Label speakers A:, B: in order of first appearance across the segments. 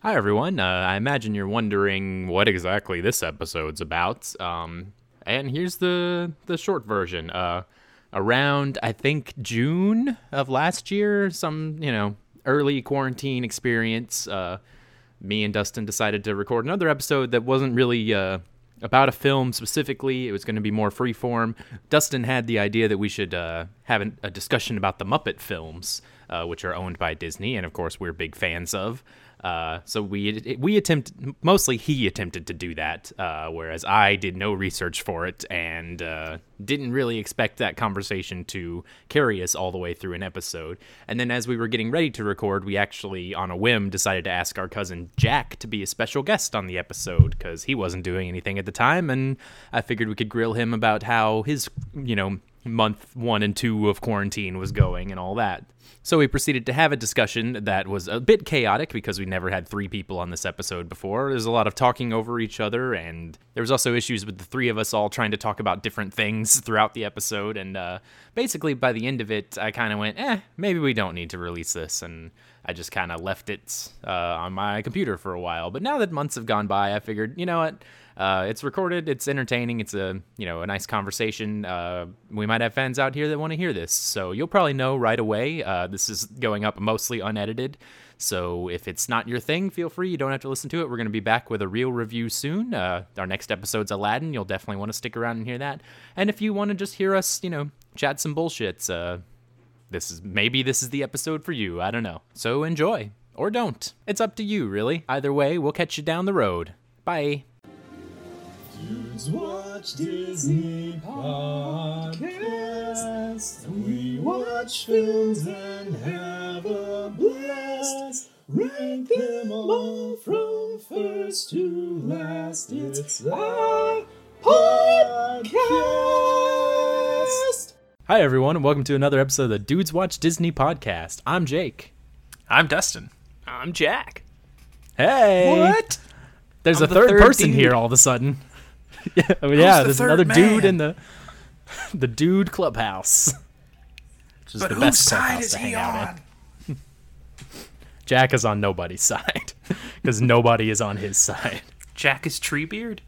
A: Hi, everyone. Uh, I imagine you're wondering what exactly this episode's about. Um, and here's the, the short version. Uh, around, I think, June of last year, some, you know, early quarantine experience, uh, me and Dustin decided to record another episode that wasn't really uh, about a film specifically. It was going to be more freeform. Dustin had the idea that we should uh, have an, a discussion about the Muppet films, uh, which are owned by Disney, and of course we're big fans of. Uh, so we we attempt mostly he attempted to do that, uh, whereas I did no research for it and uh, didn't really expect that conversation to carry us all the way through an episode. And then as we were getting ready to record, we actually on a whim decided to ask our cousin Jack to be a special guest on the episode because he wasn't doing anything at the time, and I figured we could grill him about how his you know month one and two of quarantine was going and all that. So we proceeded to have a discussion that was a bit chaotic because we never had three people on this episode before. There's a lot of talking over each other, and there was also issues with the three of us all trying to talk about different things throughout the episode. And uh, basically, by the end of it, I kind of went, eh, maybe we don't need to release this. And I just kind of left it uh, on my computer for a while. But now that months have gone by, I figured, you know what? Uh, it's recorded. It's entertaining. It's a you know a nice conversation. Uh, we might have fans out here that want to hear this, so you'll probably know right away. Uh, this is going up mostly unedited, so if it's not your thing, feel free. You don't have to listen to it. We're going to be back with a real review soon. Uh, our next episode's Aladdin. You'll definitely want to stick around and hear that. And if you want to just hear us, you know, chat some bullshits, uh, this is maybe this is the episode for you. I don't know. So enjoy or don't. It's up to you, really. Either way, we'll catch you down the road. Bye.
B: Dudes watch Disney podcasts. We watch films and have a blast. Rank them all from first to last. It's our podcast.
A: Hi, everyone, and welcome to another episode of the Dudes Watch Disney podcast. I'm Jake.
C: I'm Dustin.
D: I'm Jack.
A: Hey! There's
C: I'm
A: a
C: the
A: third,
C: third
A: person
C: dude.
A: here all of a sudden. yeah, I mean, yeah
C: the
A: there's
C: third
A: another dude
C: man?
A: in the the dude clubhouse. Which is
C: But
A: the
C: whose
A: best
C: side
A: clubhouse
C: is
A: to
C: he
A: hang out in.
C: on?
A: Jack is on nobody's side because nobody is on his side.
D: Jack is Treebeard.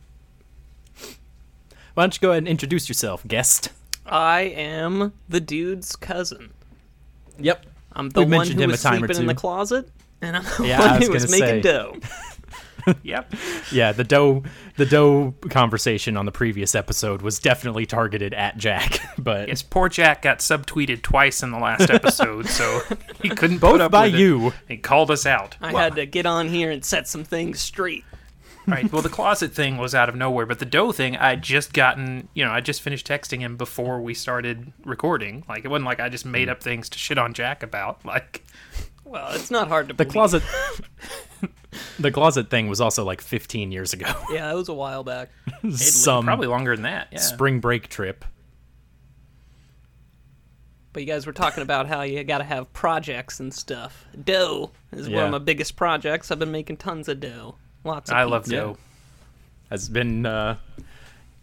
A: Why don't you go ahead and introduce yourself, guest?
D: I am the dude's cousin.
A: Yep.
D: I'm the
A: We
D: one
A: mentioned
D: who
A: him
D: was
A: a time or
D: sleeping in the
A: two.
D: closet, and I'm the
A: Yeah, I
D: one
A: was
D: who was
A: gonna say.
D: making dough.
C: Yep.
A: Yeah, the dough the dough conversation on the previous episode was definitely targeted at Jack, but
C: Yes, poor Jack got subtweeted twice in the last episode, so he couldn't both put up
A: by
C: with it.
A: you.
C: He called us out.
D: I
C: Well,
D: had to get on here and set some things straight.
C: right. Well, the closet thing was out of nowhere, but the dough thing, I had just gotten. You know, I just finished texting him before we started recording. Like it wasn't like I just made up things to shit on Jack about. Like
D: Well, it's not hard to
A: the
D: believe.
A: closet the closet thing was also like 15 years ago.
D: Yeah, that was a while back.
A: Some
C: probably longer than that. Yeah.
A: spring break trip.
D: But you guys were talking about how you got to have projects and stuff. Dough is one
A: Yeah.
D: of my biggest projects. I've been making tons of dough. Lots of
C: I love
D: pizza.
C: dough.
A: Has been uh,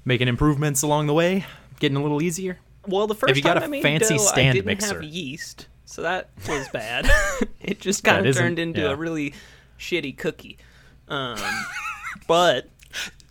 A: making improvements along the way, getting a little easier.
D: Well, the first
A: you got
D: time
A: a
D: I made
A: fancy
D: dough, I
A: stand
D: didn't
A: mixer.
D: have yeast, so that was bad. it just
A: That
D: kind of
A: isn't-
D: turned into
A: yeah.
D: a really shitty cookie. Um, but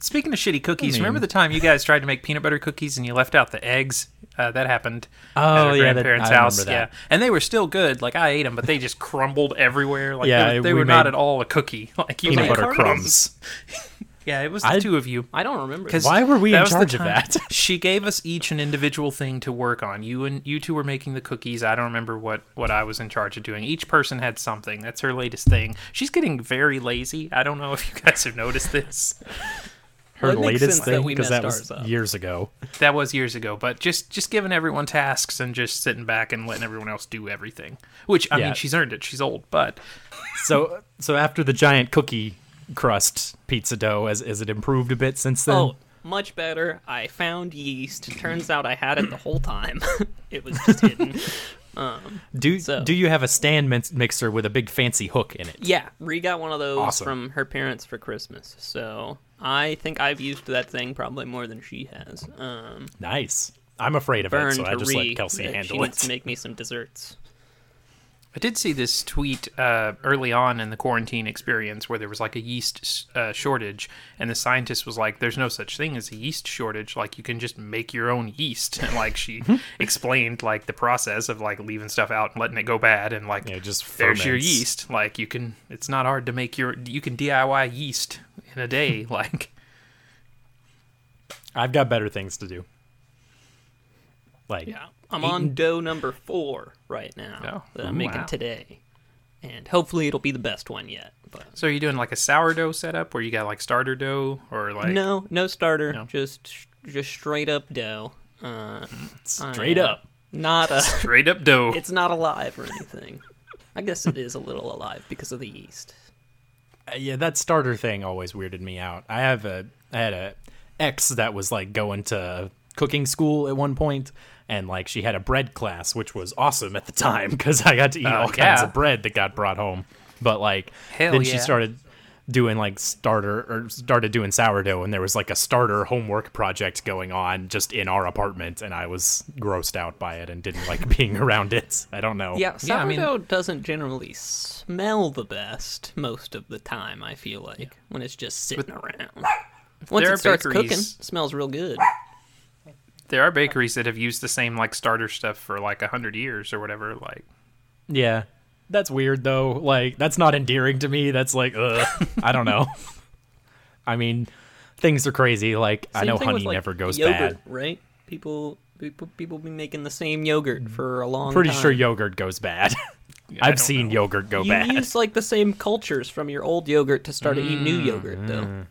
C: Speaking of shitty cookies,
A: mean-
C: remember the time you guys tried to make peanut butter cookies and you left out the eggs? Uh, that happened at
A: Oh, yeah,
C: our
A: that-
C: grandparents'
A: I remember
C: house.
A: that.
C: Yeah, and they were still good. Like I ate them, but they just crumbled everywhere. Like
A: Yeah,
C: they, were- they
A: we
C: were not
A: made
C: at all a cookie. Like you
A: Peanut
C: made
A: butter
C: crumbs.
A: crumbs.
C: Yeah, it was the
A: I-
C: two of you.
D: I don't remember.
C: 'Cause
A: Why were we
C: that
A: in
C: was the
A: charge of
C: time-
A: that?
C: she gave us each an individual thing to work on. You and you two were making the cookies. I don't remember what what I was in charge of doing. Each person had something. That's her latest thing. She's getting very lazy. I don't know if you guys have noticed this.
A: Her
D: Well, it makes
A: latest
D: sense that
A: thing
D: we
A: because that
D: messed
A: was
D: ours up.
A: years ago.
C: That was years ago, but just just giving everyone tasks and just sitting back and letting everyone else do everything. Which I
A: Yeah.
C: mean, she's earned it. She's old, but
A: So so after the giant cookie crust pizza dough, as as it improved a bit since then.
D: oh, much better. I found yeast. Turns out I had it the whole time. it was just hidden.
A: do
D: so-
A: do you have a stand min- mixer with a big fancy hook in it?
D: yeah, Ree got one of those
A: Awesome.
D: from her parents for Christmas. So I think I've used that thing probably more than she has. Um,
A: Nice. I'm afraid of it,
D: burn
A: so
D: to
A: I just
D: Ree.
A: let Kelsey
D: that
A: handle
D: she uh, needs
A: it.
D: to make me some desserts.
C: I did see this tweet uh, early on in the quarantine experience where there was like a yeast uh, shortage, and the scientist was like, "There's no such thing as a yeast shortage. Like you can just make your own yeast." And like she explained like the process of like leaving stuff out and letting it go bad, and like
A: Yeah, it just
C: there's your
A: ferments.
C: yeast. Like you can, it's not hard to make your you can DIY yeast in a day. like
A: I've got better things to do. Like,
D: Yeah. I'm on dough number four right now
C: Oh,
D: that I'm
C: ooh,
D: making
C: wow.
D: today. And hopefully it'll be the best one yet. But
C: So are you doing like a sourdough setup where you got like starter dough or like
D: no, no starter.
C: No.
D: Just just straight up dough. Uh,
A: straight
D: I am
A: up.
D: Not a
C: straight up dough?
D: it's not alive or anything. I guess it is a little alive because of the yeast.
A: Uh, yeah, that starter thing always weirded me out. I have a I had a ex that was like going to cooking school at one point and like she had a bread class which was awesome at the time cuz I got to eat
C: Oh,
A: all kinds
C: yeah.
A: of bread that got brought home. But like
C: Hell
A: then she
C: yeah.
A: started doing like starter or started doing sourdough and there was like a starter homework project going on just in our apartment and I was grossed out by it and didn't like being around it. I don't know.
D: Yeah,
C: Yeah, I
D: sourdough
C: mean-
D: doesn't generally smell the best most of the time. I feel like when it's just sitting around. Once
C: there are
D: it starts cooking,
C: bakeries-
D: smells real good.
C: There are bakeries that have used the same like starter stuff for like a hundred years or whatever. Like
A: Yeah. That's weird though. Like that's not endearing to me. That's like ugh, I don't know. I mean, things are crazy. Like I
D: Same
A: know
D: thing with,
A: honey
D: like,
A: never goes
D: yogurt,
A: bad.
D: right? People, people, people be making the same yogurt for a long.
A: Pretty
D: time.
A: sure yogurt goes bad.
C: I
A: I've
C: don't
A: seen
C: know.
A: yogurt go
D: you
A: bad.
D: use like the same cultures from your old yogurt to start to eat new yogurt, though.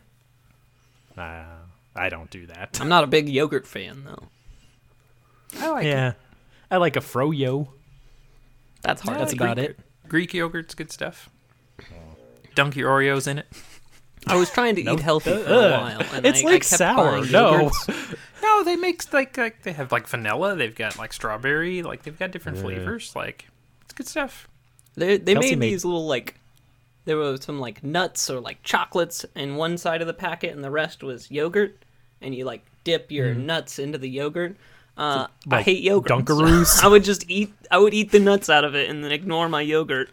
A: Mm. Uh, I don't do that.
D: I'm not a big yogurt fan, though.
C: I like
A: yeah. I like a froyo.
D: That's hard.
A: That's
D: to
A: about
D: drink.
A: it.
C: Greek yogurt's good stuff. Dunk your Oreos in it.
D: I was trying to eat healthy for a
A: Ugh.
D: while, and
A: It's
D: I, I
A: like
D: kept
A: sour.
D: buying
A: No.
D: yogurts.
C: No, they make like like they have like vanilla. They've got like strawberry. Like they've got different flavors. Like it's good stuff.
D: They they
A: Kelsey
D: made,
A: made-
D: these little like there were some like nuts or like chocolates in one side of the packet and the rest was yogurt and you like dip your nuts into the yogurt. Uh, I
A: Mm-hmm. Like
D: hate yogurt.
A: Dunkaroos?
D: I would just eat. I would eat the nuts out of it and then ignore my yogurt,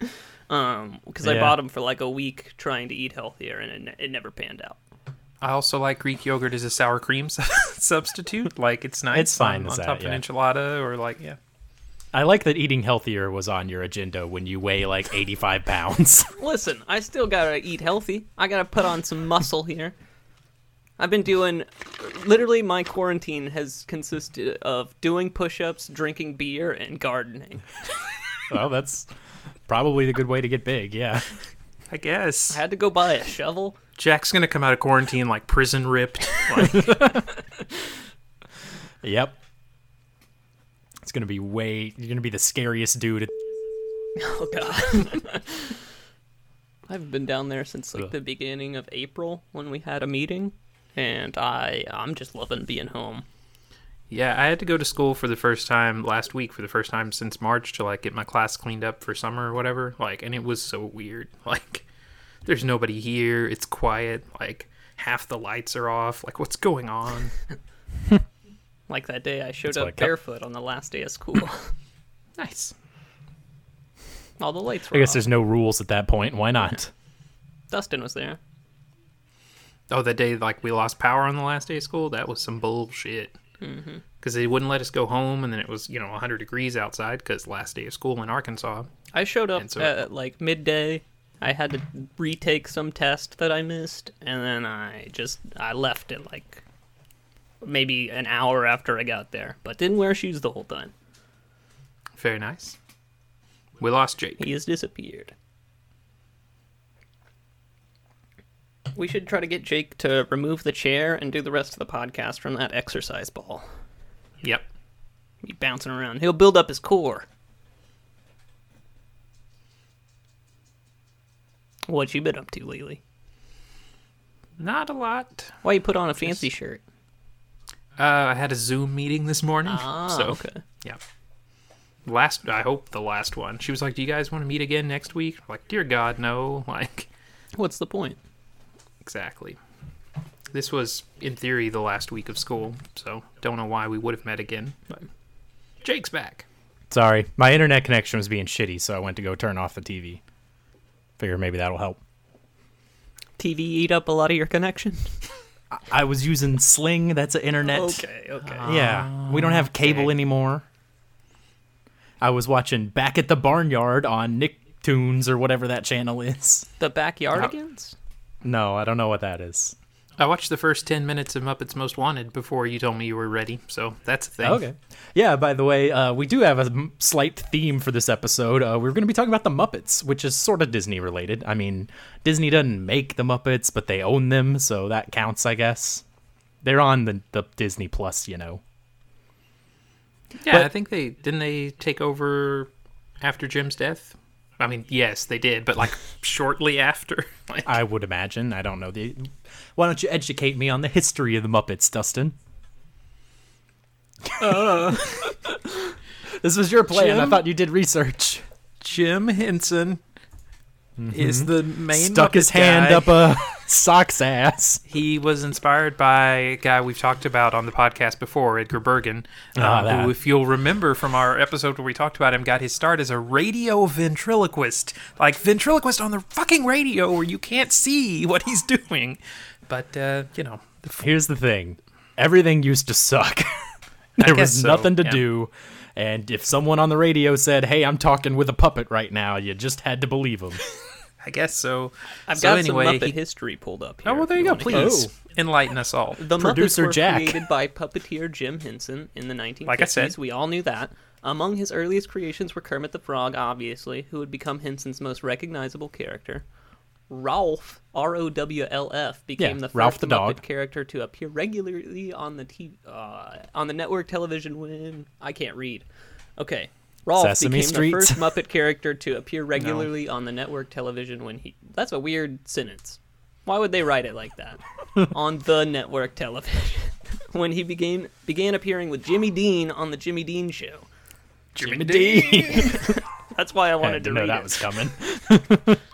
D: um, because I
A: Yeah.
D: bought them for like a week trying to eat healthier and it, ne- it never panned out.
C: I also like Greek yogurt as a sour cream s- substitute. Like it's nice.
A: It's fine
C: on,
A: as
C: on
A: that,
C: top of
A: yeah.
C: an enchilada or like yeah.
A: I like that eating healthier was on your agenda when you weigh like 85 pounds.
D: Listen, I still gotta eat healthy. I gotta put on some muscle here. I've been doing. Literally, my quarantine has consisted of doing push ups, drinking beer, and gardening.
A: well, that's probably the good way to get big. Yeah.
C: I guess
D: I had to go buy a shovel.
C: Jack's gonna come out of quarantine like prison ripped. Like,
A: Yep. It's gonna be way. You're gonna be the scariest dude.
D: Oh, God. I've been down there since like the beginning of April when we had a meeting, and I I'm just loving being home.
C: yeah, I had to go to school for the first time last week for the first time since March to like get my class cleaned up for summer or whatever. Like, and it was so weird. Like, there's nobody here. It's quiet. Like, half the lights are off. Like, what's going on?
D: Like that day, I showed
A: That's why I
D: up
A: kept-
D: barefoot on the last day of school.
C: nice.
D: All the lights were
A: I guess
D: off.
A: there's no rules at that point. Why not?
D: Dustin was there.
C: Oh, the day like we lost power on the last day of school. That was some bullshit. Because they wouldn't let us go home, and then it was you know 100 degrees outside because last day of school in Arkansas.
D: I showed up
C: And so-
D: at like midday. I had to retake some test that I missed, and then I just I left it like maybe an hour after I got there, but didn't wear shoes the whole time.
C: Very nice. We lost Jake.
D: He has disappeared. We should try to get Jake to remove the chair and do the rest of the podcast from that exercise ball.
C: Yep.
D: Be bouncing around. He'll build up his core. What you been up to lately?
C: Not a lot.
D: Why you put on a fancy shirt?
C: Uh, I had a Zoom meeting this morning.
D: Ah,
C: so, Yeah. Last, I hope the last one. She was like, "Do you guys want to meet again next week?" I'm like, dear God, no. Like,
D: What's the point?
C: exactly. This was, in theory, the last week of school, so don't know why we would have met again. But Jake's back.
A: Sorry, my internet connection was being shitty, so I went to go turn off the TV. Figure maybe that'll help.
D: TV eat up a lot of your connection.
A: I was using Sling. That's an internet.
C: okay.
A: Yeah, we don't have cable
C: okay.
A: anymore. I was watching Back at the Barnyard on Nicktoons or whatever that channel is.
D: The backyardigans?
A: No, I don't know what that is.
C: I watched the first 10 minutes of Muppets Most Wanted before you told me you were ready, so that's a thing.
A: Okay. Yeah, by the way, uh, we do have a m- slight theme for this episode. Uh, we're going to be talking about the Muppets, which is sort of Disney related. I mean, Disney doesn't make the Muppets, but they own them, so that counts, I guess. They're on the, the Disney Plus, you know.
C: Yeah, I think they didn't they take over after Jim's death? I mean, yes, they did, but like shortly after. Like,
A: I would imagine. I don't know. The, why don't you educate me on the history of the Muppets, Dustin? this was your plan. I
C: Uh. Jim?
A: thought you did research.
C: Jim Henson is the main
A: Mm-hmm. Stuck his
C: Muppet
A: hand
C: guy.
A: up a sock's ass.
C: He was inspired by a guy we've talked about on the podcast before, Edgar Bergen,
A: Ah,
C: uh,
A: that.
C: who, if you'll remember from our episode where we talked about him, got his start as a radio ventriloquist, like ventriloquist on the fucking radio where you can't see what he's doing. But uh, you know, the f-
A: Here's the thing everything used to suck. there was
C: guess so,
A: nothing to
C: yeah.
A: do. And if someone on the radio said, hey, I'm talking with a puppet right now, you just had to believe him.
C: I guess so.
D: I've
C: so
D: got
C: anyway,
D: some Muppet
C: he-
D: history pulled up here.
C: oh well, there
D: if
C: you go.
D: wanna
C: Please enlighten us all.
D: The
A: Producer
D: Muppets were
A: Jack.
D: created by puppeteer Jim Henson in the 1950s.
C: Like I said.
D: We all knew that. Among his earliest creations were Kermit the Frog, obviously, who would become Henson's most recognizable character. Rolf, R O W L F, became
A: Yeah,
D: the first
A: Ralph the
D: Muppet
A: dog.
D: character to appear regularly on the t- uh, on the network television when I can't read. Okay. Rolf
A: Sesame
D: became
A: Street.
D: the first Muppet character to appear regularly on the network television when he That's a weird sentence. Why would they write it like that? on the network television. when he began began appearing with Jimmy Dean on the Jimmy Dean show.
C: Jimmy
D: That's why I
A: I
D: wanted to
A: didn't know
D: read
A: that
D: it.
A: was coming.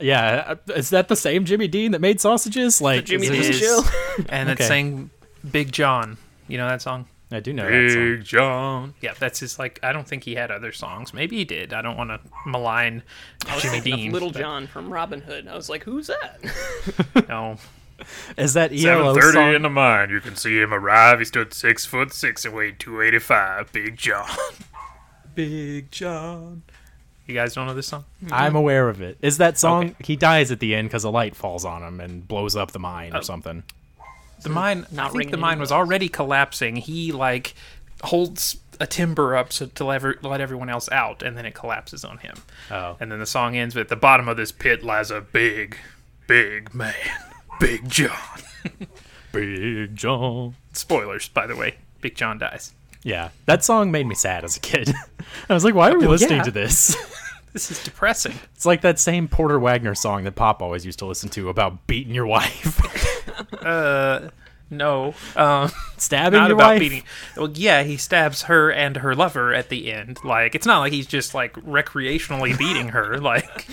A: yeah, uh, is that the same Jimmy Dean that made sausages? Like
D: Jimmy
A: is it
D: Dean
A: just-
D: show.
C: and it
A: Okay.
C: sang Big John. You know that song?
A: I do know that song.
C: John. Yeah, that's his like. I don't think he had other songs. Maybe he did. I don't want to malign Jimmy
D: Thinking of
C: Dean.
D: Little
C: but
D: John from Robin Hood. I was like, who's that?
C: No.
A: Is that ELO song?
C: the mine. You can see him arrive. He stood six foot six and weighed two eighty five. Big John. Big John. You guys don't know this song?
A: I'm aware of it. Is that song?
C: Okay.
A: He dies at the end because a light falls on him and blows up the mine or something.
C: The mine.
D: not
C: I think the
D: ringing
C: mine
D: any
C: was already collapsing. He like holds a timber up so to lever, let everyone else out, and then it collapses on him.
A: Oh,
C: And then the song ends with "At the bottom of this pit lies a big, big man, Big John."
A: Big John.
C: Spoilers, by the way. Big John dies.
A: Yeah, that song made me sad as a kid. I was like, why are we listening
C: yeah.
A: to this?
C: This is depressing.
A: It's like that same Porter Wagner song that Pop always used to listen to about beating your wife,
C: Uh, no, um,
A: stabbing
C: not
A: your
C: about
A: wife.
C: beating. Well, yeah, he stabs her and her lover at the end. Like, it's not like he's just like recreationally beating her. Like,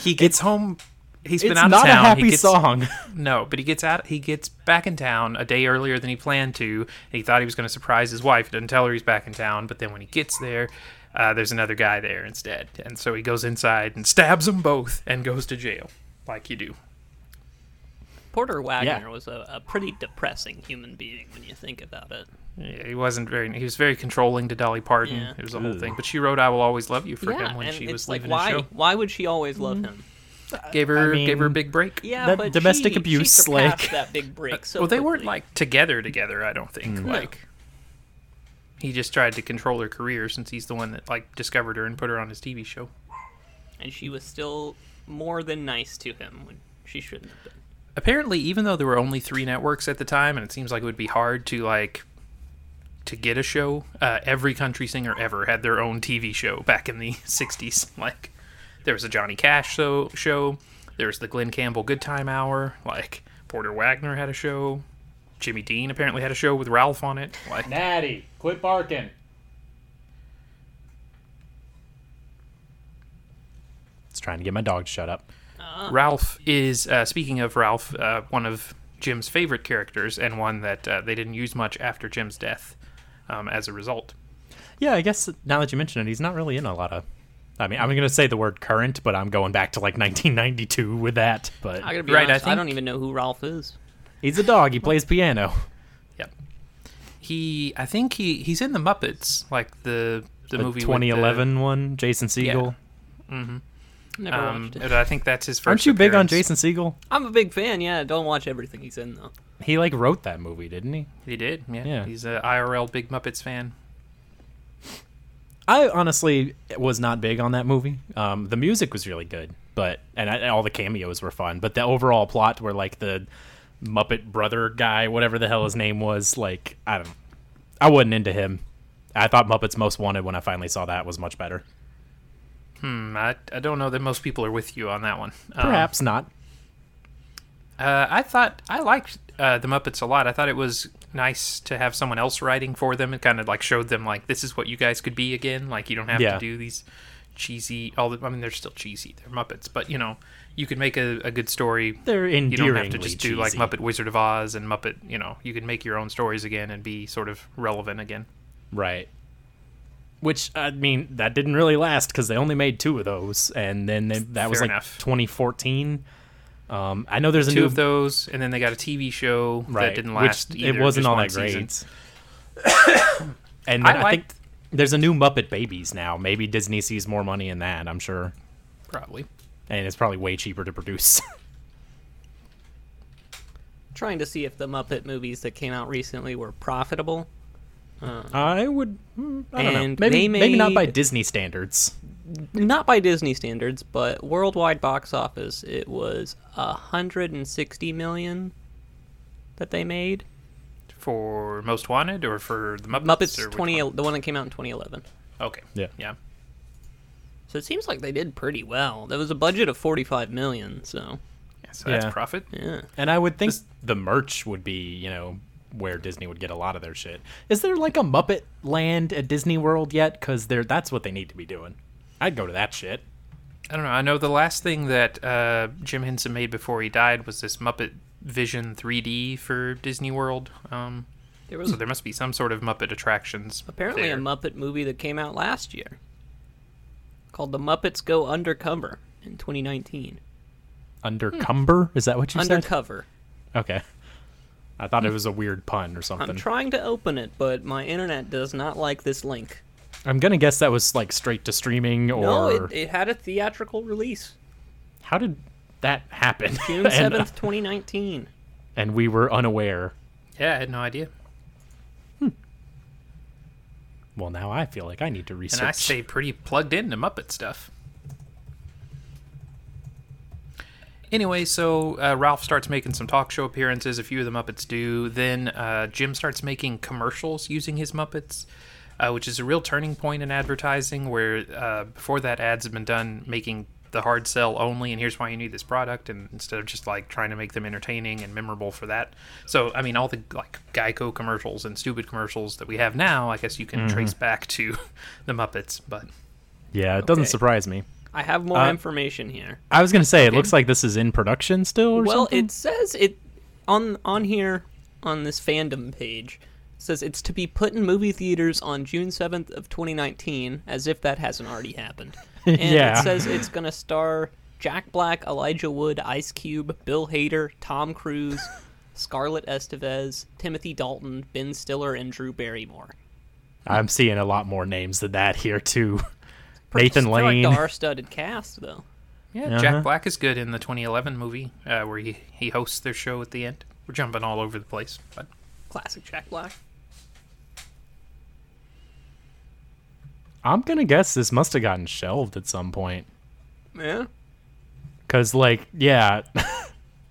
C: he gets home. He's been
A: It's
C: out
A: not
C: of town.
A: a happy
C: he gets,
A: song.
C: No, but he gets out. He gets back in town a day earlier than he planned to. And he thought he was going to surprise his wife. Doesn't tell her he's back in town. But then when he gets there, uh, there's another guy there instead. And so he goes inside and stabs them both and goes to jail, like you do.
D: Porter Wagner
A: Yeah.
D: was a, a pretty depressing human being when you think about it.
C: Yeah, he wasn't very. He was very controlling to Dolly Parton.
D: Yeah.
C: It was a whole thing. But she wrote "I Will Always Love You" for
D: yeah,
C: him when
D: and
C: she
D: it's
C: was
D: like,
C: leaving
D: why?
C: the show. Mm-hmm.
D: Why would she always love him?
C: Gave her
A: mean-
C: gave her a big break.
D: Yeah,
A: That
D: but
A: domestic
D: she-
A: abuse,
D: she surpassed
A: like-
D: that big break. So
C: well, they weren't
D: quickly.
C: like together together. I don't think.
D: Mm.
C: Like he just tried to control her career since he's the one that like discovered her and put her on his TV show.
D: and she was still more than nice to him when she shouldn't have been.
C: apparently even though there were only three networks at the time and it seems like it would be hard to like to get a show uh, every country singer ever had their own tv show back in the 60s like there was a johnny cash so, show there was the glenn campbell good time hour like porter wagner had a show jimmy dean apparently had a show with ralph on it like
A: Natty, quit barking. It's trying to get my dog to shut up.
C: Ralph is uh, speaking of Ralph, uh, one of Jim's favorite characters and one that uh, they didn't use much after Jim's death. Um, as a result,
A: Yeah, I guess now that you mention it, he's not really in a lot of. I mean, I'm going to say the word current, but I'm going back to like 1992 with that. But
D: I gotta be
C: Right, I
D: honest. I,
C: think-
D: don't even know who Ralph is.
A: he's a dog. He plays piano.
C: Yep. He, I think he he's in the Muppets, like the the,
A: The
C: movie with the-
A: 2011 one, Jason Siegel.
D: Never
C: Um,
D: Oh, watched it.
C: but I think that's his 1st
A: Aren't you big on
C: appearance.
A: Jason Siegel?
D: I'm a big fan. Yeah, don't watch everything he's in though.
A: He like wrote that movie, didn't he?
C: He did. Yeah.
A: Yeah.
C: He's a IRL big Muppets fan.
A: I honestly was not big on that movie. Um, the music was really good, but and, I, and all the cameos were fun. But the overall plot, where like the Muppet brother guy, whatever the hell his name was, like I don't, I wasn't into him. I thought Muppets Most Wanted when I finally saw that was much better.
C: Hmm, I, I don't know that most people are with you on that one. Um,
A: Perhaps not.
C: Uh, I thought I liked uh, the Muppets a lot. I thought it was nice to have someone else writing for them. It kind of like showed them like this is what you guys could be again. Like you don't have
A: Yeah.
C: to do these cheesy. All the, I mean, they're still cheesy. They're Muppets, but you know you could make a, a good story.
A: They're
C: You don't have
A: endearingly
C: to just do like
A: cheesy.
C: Muppet Wizard of Oz and Muppet. You know you can make your own stories again and be sort of relevant again.
A: Right. Which I mean, that didn't really last because they only made two of those, and then they, that was
C: Fair
A: like
C: enough.
A: 2014. Um, I know there's a
C: Two
A: new
C: of those, and then they got a TV show that didn't last.
A: Which
C: either,
A: it wasn't
C: just
A: all
C: one
A: that
C: season.
A: great. and then
C: I
A: I, think
C: liked-
A: there's a new Muppet Babies now. Maybe Disney sees more money in that. I'm sure,
C: Probably.
A: and it's probably way cheaper to produce.
D: trying to see if the Muppet movies that came out recently were profitable.
A: I would. mm, I don't
D: And
A: know. Maybe
D: they
A: maybe not by
D: made-
A: Disney standards.
D: Not by Disney standards, but worldwide box office, it was 160 million that they made.
C: For Most Wanted or for the Muppets?
D: Muppets
C: or which
D: 20,
C: one?
D: the one that came out in 2011.
C: Okay.
A: Yeah.
C: Yeah.
D: So it seems like they did pretty well. There was a budget of 45 million, so
C: Yeah, so that's
A: Yeah.
C: profit.
D: yeah.
A: And I would think the merch would be, you know, where Disney would get a lot of their shit. Is there like a Muppet Land at Disney World yet? Because they're that's what they need to be doing. I'd go to that shit.
C: I don't know. I know the last thing that uh, Jim Henson made before he died was this Muppet Vision 3D for Disney World. Um,
D: There
C: so
D: was
C: there must be some sort of Muppet attractions.
D: apparently
C: there.
D: a Muppet movie that came out last year called The Muppets Go Undercover in 2019.
A: Undercumber?
D: Hmm.
A: Is that what you said?
D: Undercover.
A: Okay. I thought it was a weird pun or something.
D: I'm trying to open it, but my internet does not like this link.
A: I'm gonna guess that was like straight to streaming or
D: No, it, it had a theatrical release
A: how did that happen? And-
D: June
A: uh,
D: seventh, 2019.
A: and we were unaware.
C: Yeah, I had no idea.
A: Well, now I feel like I need to
C: And
A: research.
C: I stay pretty plugged into Muppet stuff. Anyway, so uh, Ralph starts making some talk show appearances. A few of the Muppets do. Then uh, Jim starts making commercials using his Muppets, uh, which is a real turning point in advertising. Where uh, before that, ads had been done making the hard sell only, and here's why you need this product. And instead of just like trying to make them entertaining and memorable for that, so I mean, all the like Geico commercials and stupid commercials that we have now, I guess you can trace back to the Muppets. But
A: yeah, it doesn't
D: Okay.
A: surprise me.
D: I have more
A: Uh,
D: information here.
A: I was gonna say it looks like this is in production still. Or
D: Well,
A: something?
D: it says it on on here on this fandom page it says it's to be put in movie theaters on June 7th of 2019 as if that hasn't already happened. And
A: Yeah.
D: it says it's going to star Jack Black, Elijah Wood, Ice Cube, Bill Hader, Tom Cruise, Scarlett Estevez, Timothy Dalton, Ben Stiller and Drew Barrymore.
A: I'm seeing a lot more names than that here too.
D: Pretty-
A: Nathan
D: I feel like
A: Lane.
D: the R-studded cast though.
C: yeah,
A: Uh-huh.
C: Jack Black is good in the 2011 movie uh, where he he hosts their show at the end. We're jumping all over the place, but.
D: Classic Jack Black.
A: I'm gonna guess this must have gotten shelved at some point.
D: Yeah.
A: Cause like, yeah.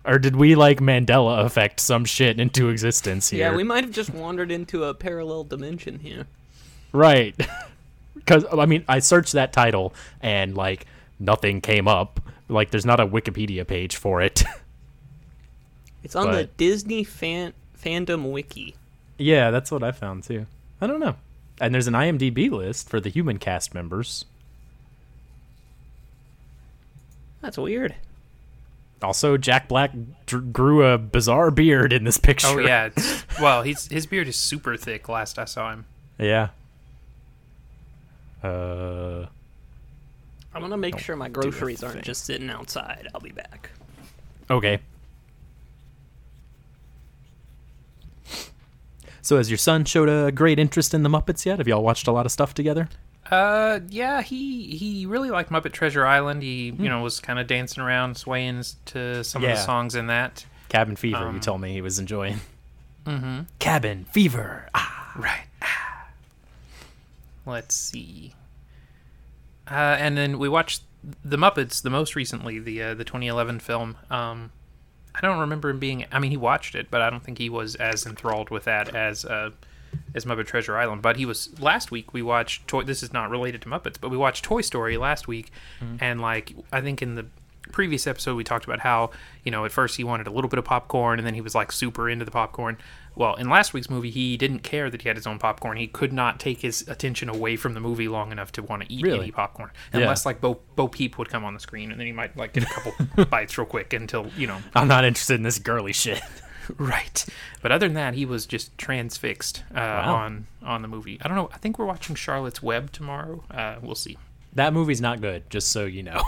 A: Or did we like Mandela effect some shit into existence here?
D: Yeah, we might have just wandered into a parallel dimension here.
A: Right. Because, I mean, I searched that title and, like, nothing came up. Like, there's not a Wikipedia page for it.
D: It's on the
A: But-
D: Disney fan fandom wiki.
A: yeah, that's what I found, too. I don't know. And there's an IMDb list for the human cast members.
D: That's weird.
A: Also, Jack Black dr- grew a bizarre beard in this picture.
C: Oh yeah, it's, well, he's his beard is super thick. Last I saw him,
A: Yeah. Uh,
D: I'm gonna make
A: Don't
D: sure my
A: do a
D: groceries aren't
A: thing.
D: just sitting outside. I'll be back.
A: Okay. So has your son showed a great interest in the Muppets yet? Have y'all watched a lot of stuff together?
C: Uh, yeah, he he really liked Muppet Treasure Island. He you know was kind of dancing around, swaying to some of
A: Hmm. Yeah.
C: the songs in that.
A: Cabin Fever, you
C: Um,
A: told me he was enjoying. Mm-hmm. Cabin Fever. Ah,
C: Right. Let's see. Uh, and then we watched the Muppets the most recently, the uh, the 2011 film. Um, I don't remember him being. I mean, he watched it, but I don't think he was as enthralled with that as uh, as Muppet Treasure Island. But he was last week. We watched. Toy, this is not related to Muppets, but we watched Toy Story last week, and like I think in the previous episode we talked about how you know at first he wanted a little bit of popcorn and then he was like super into the popcorn. Well, in last week's movie, he didn't care that he had his own popcorn. He could not take his attention away from the movie long enough to want to eat
A: Really?
C: any popcorn,
A: Yeah.
C: unless like Bo Bo Peep would come on the screen, and then he might like get a couple bites real quick until you know
A: I'm not interested in this girly shit.
C: Right. But other than that, he was just transfixed uh, on on the movie. I don't know. I think we're watching Charlotte's Web tomorrow. Uh, we'll see.
A: That movie's not good, just so you know.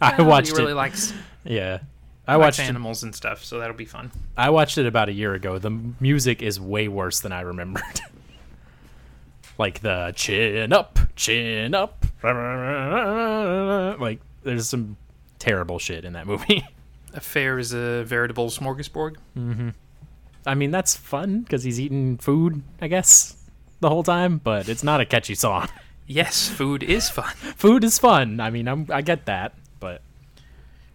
A: I
C: Uh,
A: watched
C: He really
A: it.
C: likes
A: yeah. I
C: watch
A: watched it,
C: animals and stuff, so that'll be fun.
A: I watched it about a year ago. The m- music is way worse than I remembered. like the chin up, chin up. Like there's some terrible shit in that movie.
C: A fair is a uh, veritable smorgasbord.
A: I mean, that's fun because he's eating food, I guess, the whole time, but it's not a catchy song.
C: Yes, food is fun.
A: food is fun. I mean, I'm, I get that, but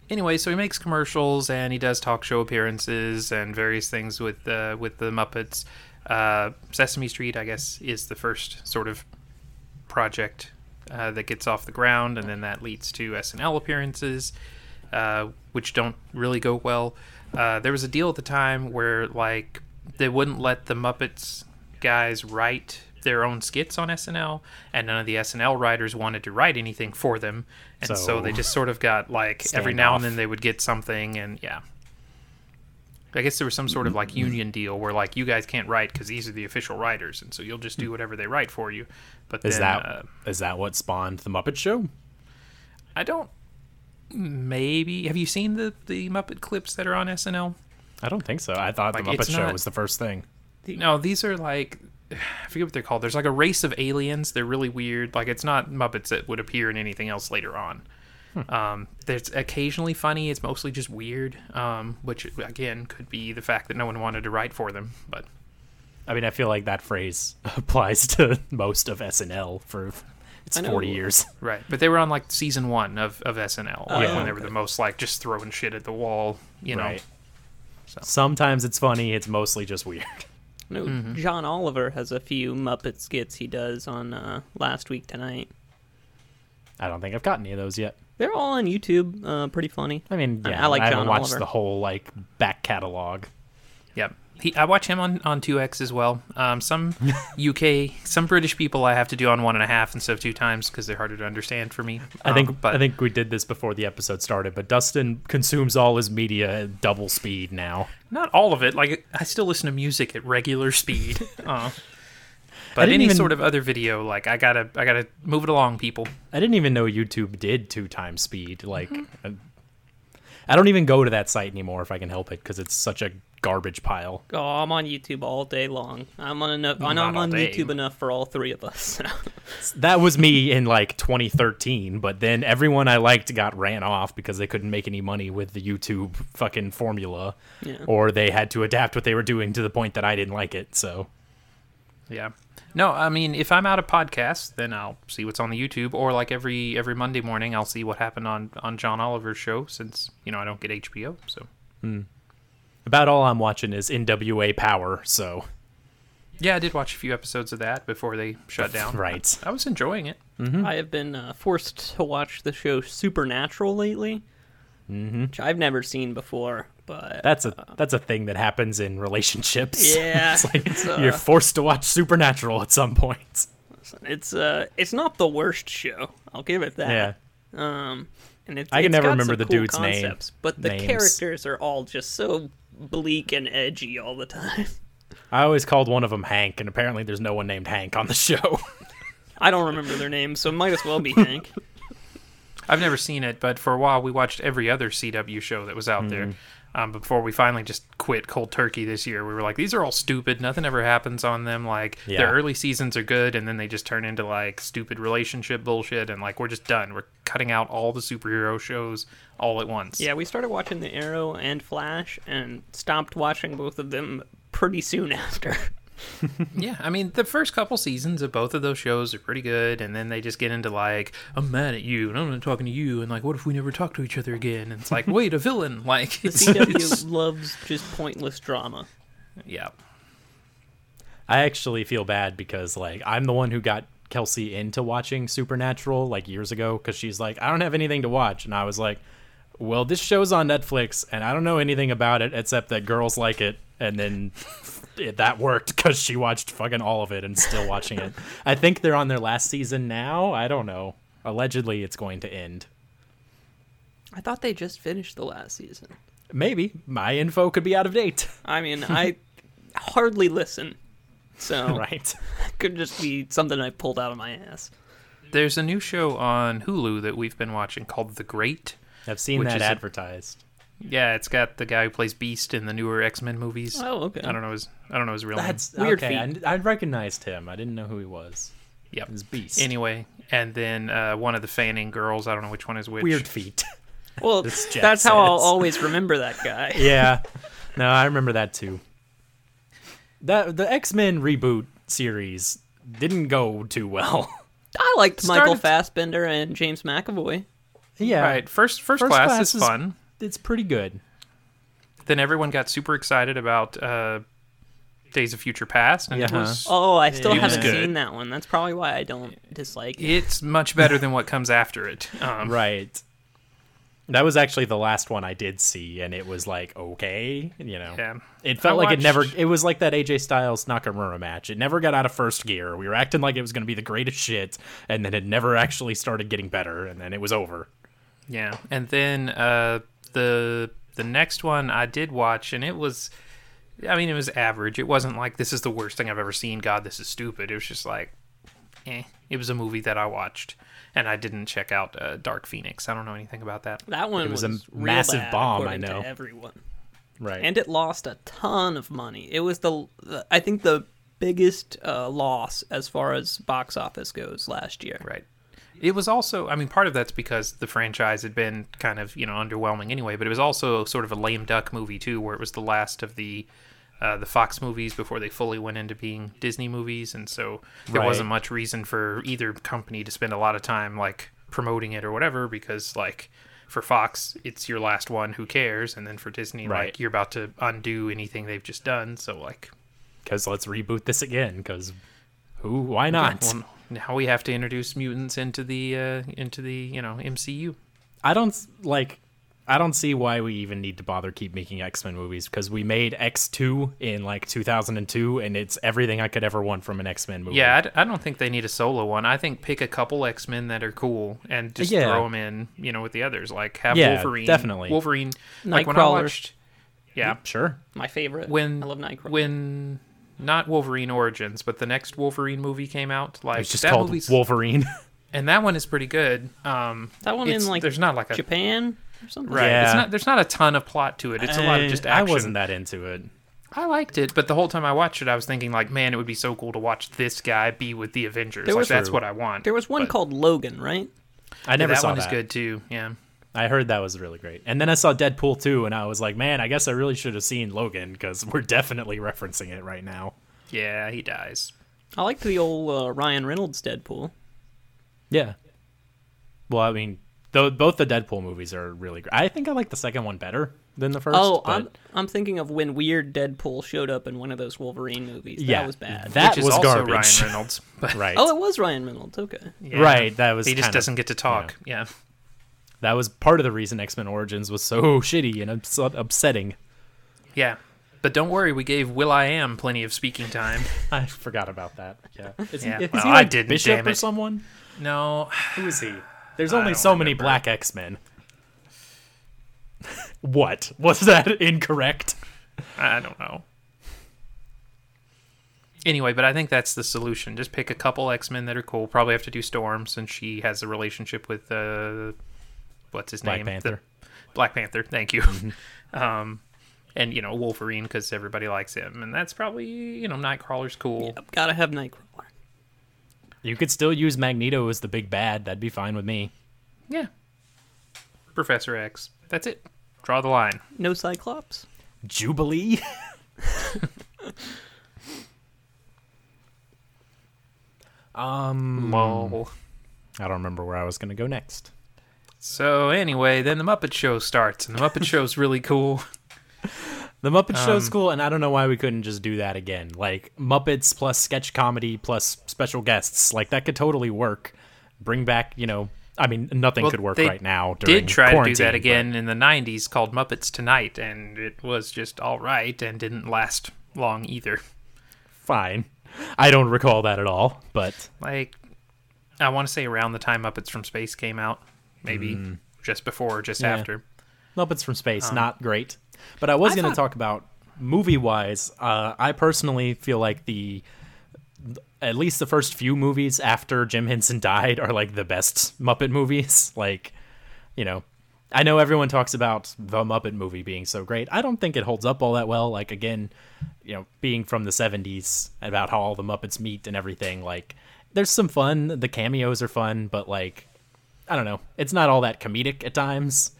C: anyway, so he makes commercials and he does talk show appearances and various things with the with the Muppets. Uh, Sesame Street, I guess, is the first sort of project uh, that gets off the ground, and then that leads to SNL appearances, uh, which don't really go well. Uh, there was a deal at the time where like they wouldn't let the Muppets guys write their own skits on SNL, and none of the SNL writers wanted to write anything for them, and so,
A: So-
C: they just sort of got like every now
A: Standoff.
C: and then they would get something, and yeah. I guess there was some sort of like union deal where like you guys can't write because these are the official writers, and so you'll just do whatever they write for you. But
A: Mm. is
C: then,
A: that
C: uh,
A: is that what spawned the Muppet Show?
C: I don't. Maybe have you seen the the Muppet clips that are on SNL?
A: I don't think so. I thought the
C: Like,
A: Muppet
C: it's
A: Show
C: not-
A: was the first thing.
C: No, these are like I forget what they're called. There's like a race of aliens. They're really weird. Like it's not Muppets that would appear in anything else later on.
A: Hmm.
C: Um, there's occasionally funny. It's mostly just weird, um, which again could be the fact that no one wanted to write for them. But
A: I mean, I feel like that phrase applies to most of SNL for its
D: I know.
A: 40 years.
C: right, but they were on like season one of of SNL like,
A: yeah.
C: when they were the most like just throwing shit at the wall. You know,
A: Right. Sometimes it's funny, it's mostly just weird.
D: No, John Oliver has a few Muppet skits he does on uh, last week tonight.
A: I don't think I've got any of those yet.
D: They're all on YouTube. Uh, pretty funny.
A: I mean,
D: I-
A: yeah,
D: I like
A: haven't
D: John
A: watched
D: Oliver.
A: the whole like back catalog.
C: Yep. He, I watch him on, on 2X as well. Um, some UK, some British people I have to do on one and a half instead of two times because they're harder to understand for me.
A: I think
C: Um, but
A: I think we did this before the episode started, but Dustin consumes all his media at double speed now.
C: not all of it. Like I still listen to music at regular speed. uh,
A: I
C: but
A: didn't
C: any
A: even-
C: sort of other video, like I gotta, I gotta move it along, people.
A: I didn't even know YouTube did two times speed. Like,
D: Mm-hmm.
A: uh, I, I don't even go to that site anymore if I can help it because it's such a garbage pile.
D: Oh, I'm on YouTube all day long. I'm on enough. I know
C: Not
D: I'm
C: all
D: on
C: day.
D: YouTube enough for all three of us.
A: That was me in like 2013, but then everyone I liked got ran off because they couldn't make any money with the YouTube fucking formula,
D: Yeah.
A: or they had to adapt what they were doing to the point that I didn't like it. So
C: Yeah. No, I mean, if I'm out of podcasts, then I'll see what's on the YouTube, or like every every Monday morning, I'll see what happened on on John Oliver's show since you know I don't get HBO. So
A: about all I'm watching is NWA Power. So
C: yeah, I did watch a few episodes of that before they shut down.
A: right.
C: I was enjoying it.
D: I have been uh, forced to watch the show Supernatural lately, mm-hmm. which I've never seen before. But
A: That's a that's a thing that happens in relationships.
D: Yeah,
A: it's like
D: it's, uh,
A: you're forced to watch Supernatural at some point.
D: it's uh, it's not the worst show. I'll give it that.
A: Yeah,
D: Um, and it's,
A: I can
D: it's
A: never
D: got
A: remember
D: some
A: the
D: cool
A: dude's name-
D: concepts, but the
A: names.
D: characters are all just so bleak and edgy all the time.
A: I always called one of them Hank, and apparently there's no one named Hank on the show.
D: I don't remember their names, so it might as well be Hank.
C: I've never seen it, but for a while we watched every other CW show that was out there. Um, before we finally just quit cold turkey this year, we were like, these are all stupid. Nothing ever happens on them. Like
E: Yeah.
C: their early seasons are good, and then they just turn into like stupid relationship bullshit, and like we're just done. We're cutting out all the superhero shows all at once.
D: Yeah, we started watching The Arrow and Flash and stopped watching both of them pretty soon after.
C: Yeah, I mean, the first couple seasons of both of those shows are pretty good, and then they just get into like, I'm mad at you, and I'm not talking to you, and like, what if we never talk to each other again? And it's like, wait, a villain, like, it's, it's-
D: CW loves just pointless drama.
C: yeah,
A: I actually feel bad because like I'm the one who got Kelsey into watching Supernatural like years ago because she's like, I don't have anything to watch, and I was like, Well, this show's on Netflix, and I don't know anything about it except that girls like it, and then it, that worked because she watched fucking all of it and still watching it. I think they're on their last season now. I don't know. Allegedly, it's going to end.
D: I thought they just finished the last season.
A: Maybe my info could be out of date.
D: I mean, I hardly listen, so
A: right.
D: it could just be something I pulled out of my ass.
C: There's a new show on Hulu that we've been watching called The Great.
A: I've seen
C: Which
A: that
C: is a-
A: advertised.
C: Yeah, it's got the guy who plays Beast in the newer X Men movies.
D: Oh, okay.
C: I don't know his I don't know his real
A: That's
D: Weird
A: okay.
D: feat.
A: I, I recognized him. I didn't know who he was.
C: name.
A: His
C: Yep.
A: beast.
C: Anyway, and then uh, one of the Fanning girls. I don't know which one is which.
A: Weird feet.
D: Well,
A: This Jack
D: that's how I'll
A: says.
D: always remember that guy.
A: yeah. No, I remember that too. That the X Men reboot series didn't go too well.
D: I liked Michael
C: Started-
D: Fassbender and James McAvoy.
A: yeah.
C: Right. First first,
A: First
C: class,
A: class
C: is
A: is-
C: fun.
A: It's pretty good.
C: Then everyone got super excited about uh, Days of Future Past, and it
A: Yeah.
C: was
D: Oh, I still
C: It was
D: haven't
C: good.
D: seen that one. That's probably why I don't dislike it.
C: it's much better than what comes after it. Um,
A: Right. That was actually the last one I did see, and it was like okay, you know.
C: Yeah.
A: It felt
C: I
A: like it never.
C: watched-
A: It was like that AJ Styles Nakamura match. It never got out of first gear. We were acting like it was going to be the greatest shit, and then it never actually started getting better, and then it was over.
C: Yeah, and then uh, the the next one I did watch, and it was, I mean, it was average. It wasn't like this is the worst thing I've ever seen. God, this is stupid. It was just like, eh. It was a movie that I watched, and I didn't check out uh, Dark Phoenix. I don't know anything about that.
D: That one
A: was
D: was,
A: a
D: real
A: massive
D: bad,
A: bomb, I
D: according
A: know.
D: To everyone.
A: Right.
D: and it lost a ton of money. It was the the- I think the biggest uh, loss as far as box office goes last year.
C: Right. It was also, I mean, part of that's because the franchise had been kind of, you know, underwhelming anyway. But it was also sort of a lame duck movie too, where it was the last of the uh, the Fox movies before they fully went into being Disney movies, and so there
A: Right.
C: wasn't much reason for either company to spend a lot of time like promoting it or whatever, because like for Fox, it's your last one, who cares? And then for Disney,
A: Right.
C: like you're about to undo anything they've just done, so like
A: because let's reboot this again because who why not
C: well, now we have to introduce mutants into the uh, into the you know MCU.
A: i don't s- like i don't see why we even need to bother keep making x-men movies because we made x2 in like 2002 and it's everything i could ever want from an x-men movie
C: Yeah, I d- I, don't think they need a solo one. I think pick a couple X Men that are cool and just
A: Yeah.
C: throw them in, you know, with the others. Like have
A: Yeah,
C: Wolverine,
A: definitely.
C: Wolverine, like when
D: Nightcrawler.
C: I watched, yeah,
A: sure
D: My favorite.
C: when
D: I love Nightcrawler.
C: when not Wolverine Origins, but the next Wolverine movie came out. Like
A: it's just
C: that
A: called
C: movie's,
A: wolverine
C: and that one is pretty good. Um,
D: that one in
C: it's-
D: like
C: there's not like a
D: Japan or something.
C: right. It's
A: Yeah. Eh,
C: not there's not a ton of plot to it. It's a lot of just
A: i
C: action.
A: wasn't that into it
C: I liked it, but the whole time I watched it, I was thinking like, man, it would be so cool to watch this guy be with the Avengers.
D: There
C: like
D: was-
C: that's
A: True.
C: what I want.
D: There was one
C: But-
D: called Logan, right?
A: i
C: Yeah,
A: never
C: that
A: saw
C: one
A: that
C: is good too. Yeah.
A: i heard that was really great and then i saw deadpool 2 and i was like man i guess i really should have seen logan because we're definitely referencing it right now
C: Yeah, he dies.
D: I liked the old uh, Ryan Reynolds Deadpool.
A: Yeah. Well, I mean, though both the Deadpool movies are really great. I think I like the second one better than the first.
D: oh,
A: but
D: I'm I'm thinking of when weird Deadpool showed up in one of those Wolverine movies.
A: Yeah.
D: That was bad.
A: That
C: which is
A: was
C: also
A: garbage.
C: Ryan Reynolds. But
A: right.
D: Oh, it was Ryan Reynolds. Okay.
C: yeah.
A: Right, that was
C: he just
A: kind of-
C: doesn't get to talk. Yeah.
A: that was part of the reason X Men Origins was so shitty and ups- upsetting.
C: Yeah. But don't worry, we gave Will I Am plenty of speaking time.
A: I forgot about that. Yeah. Is
C: Yeah,
A: He, is
C: well,
A: he
C: I
A: like
C: didn't,
A: Bishop
C: damn
A: or
C: it.
A: someone?
C: No,
A: Who is he? There's
C: don't
A: only so many
C: remember.
A: black X Men. what was that incorrect?
C: I don't know. Anyway, but I think that's the solution. Just pick a couple X Men that are cool. Probably have to do Storm since she has a relationship with uh, what's his
F: Black
C: name?
F: Panther.
C: The, Black Panther. Thank you.
A: Mm-hmm.
C: um, and you know Wolverine because everybody likes him, and that's probably you know Nightcrawler's cool.
D: Gotta have Nightcrawler.
A: You could still use Magneto as the big bad. That'd be fine with me.
C: Yeah. Professor X. That's it. Draw the line.
D: No Cyclops.
A: Jubilee. Mm.
C: Lol.
A: I don't remember where I was gonna go next.
C: So anyway, then the Muppet Show starts, and the Muppet Show's really cool.
A: The Muppet
C: Um,
A: Show School, and I don't know why we couldn't just do that again. Like Muppets plus sketch comedy plus special guests. Like that could totally work. Bring back, you know, I mean, nothing
C: Well,
A: could work
C: they
A: right now. During
C: Did try to do
A: quarantine,
C: that
A: but-
C: again in the '90s, called Muppets Tonight, and it was just all right, and didn't last long either.
A: fine. I don't recall that at all, but
C: Like, I want to say around the time Muppets from Space came out, maybe just before, or just
A: Mm. Yeah.
C: after.
A: Muppets from
C: Um,
A: Space, not great. But I was
D: I
A: going to
D: thought-
A: talk about movie wise. Uh, I personally feel like the at least the first few movies after Jim Henson died are like the best Muppet movies. Like, you know, I know everyone talks about the Muppet movie being so great. I don't think it holds up all that well. Like, again, you know, being from the 70s about how all the Muppets meet and everything, like, there's some fun. The cameos are fun, but like, I don't know. It's not all that comedic at times.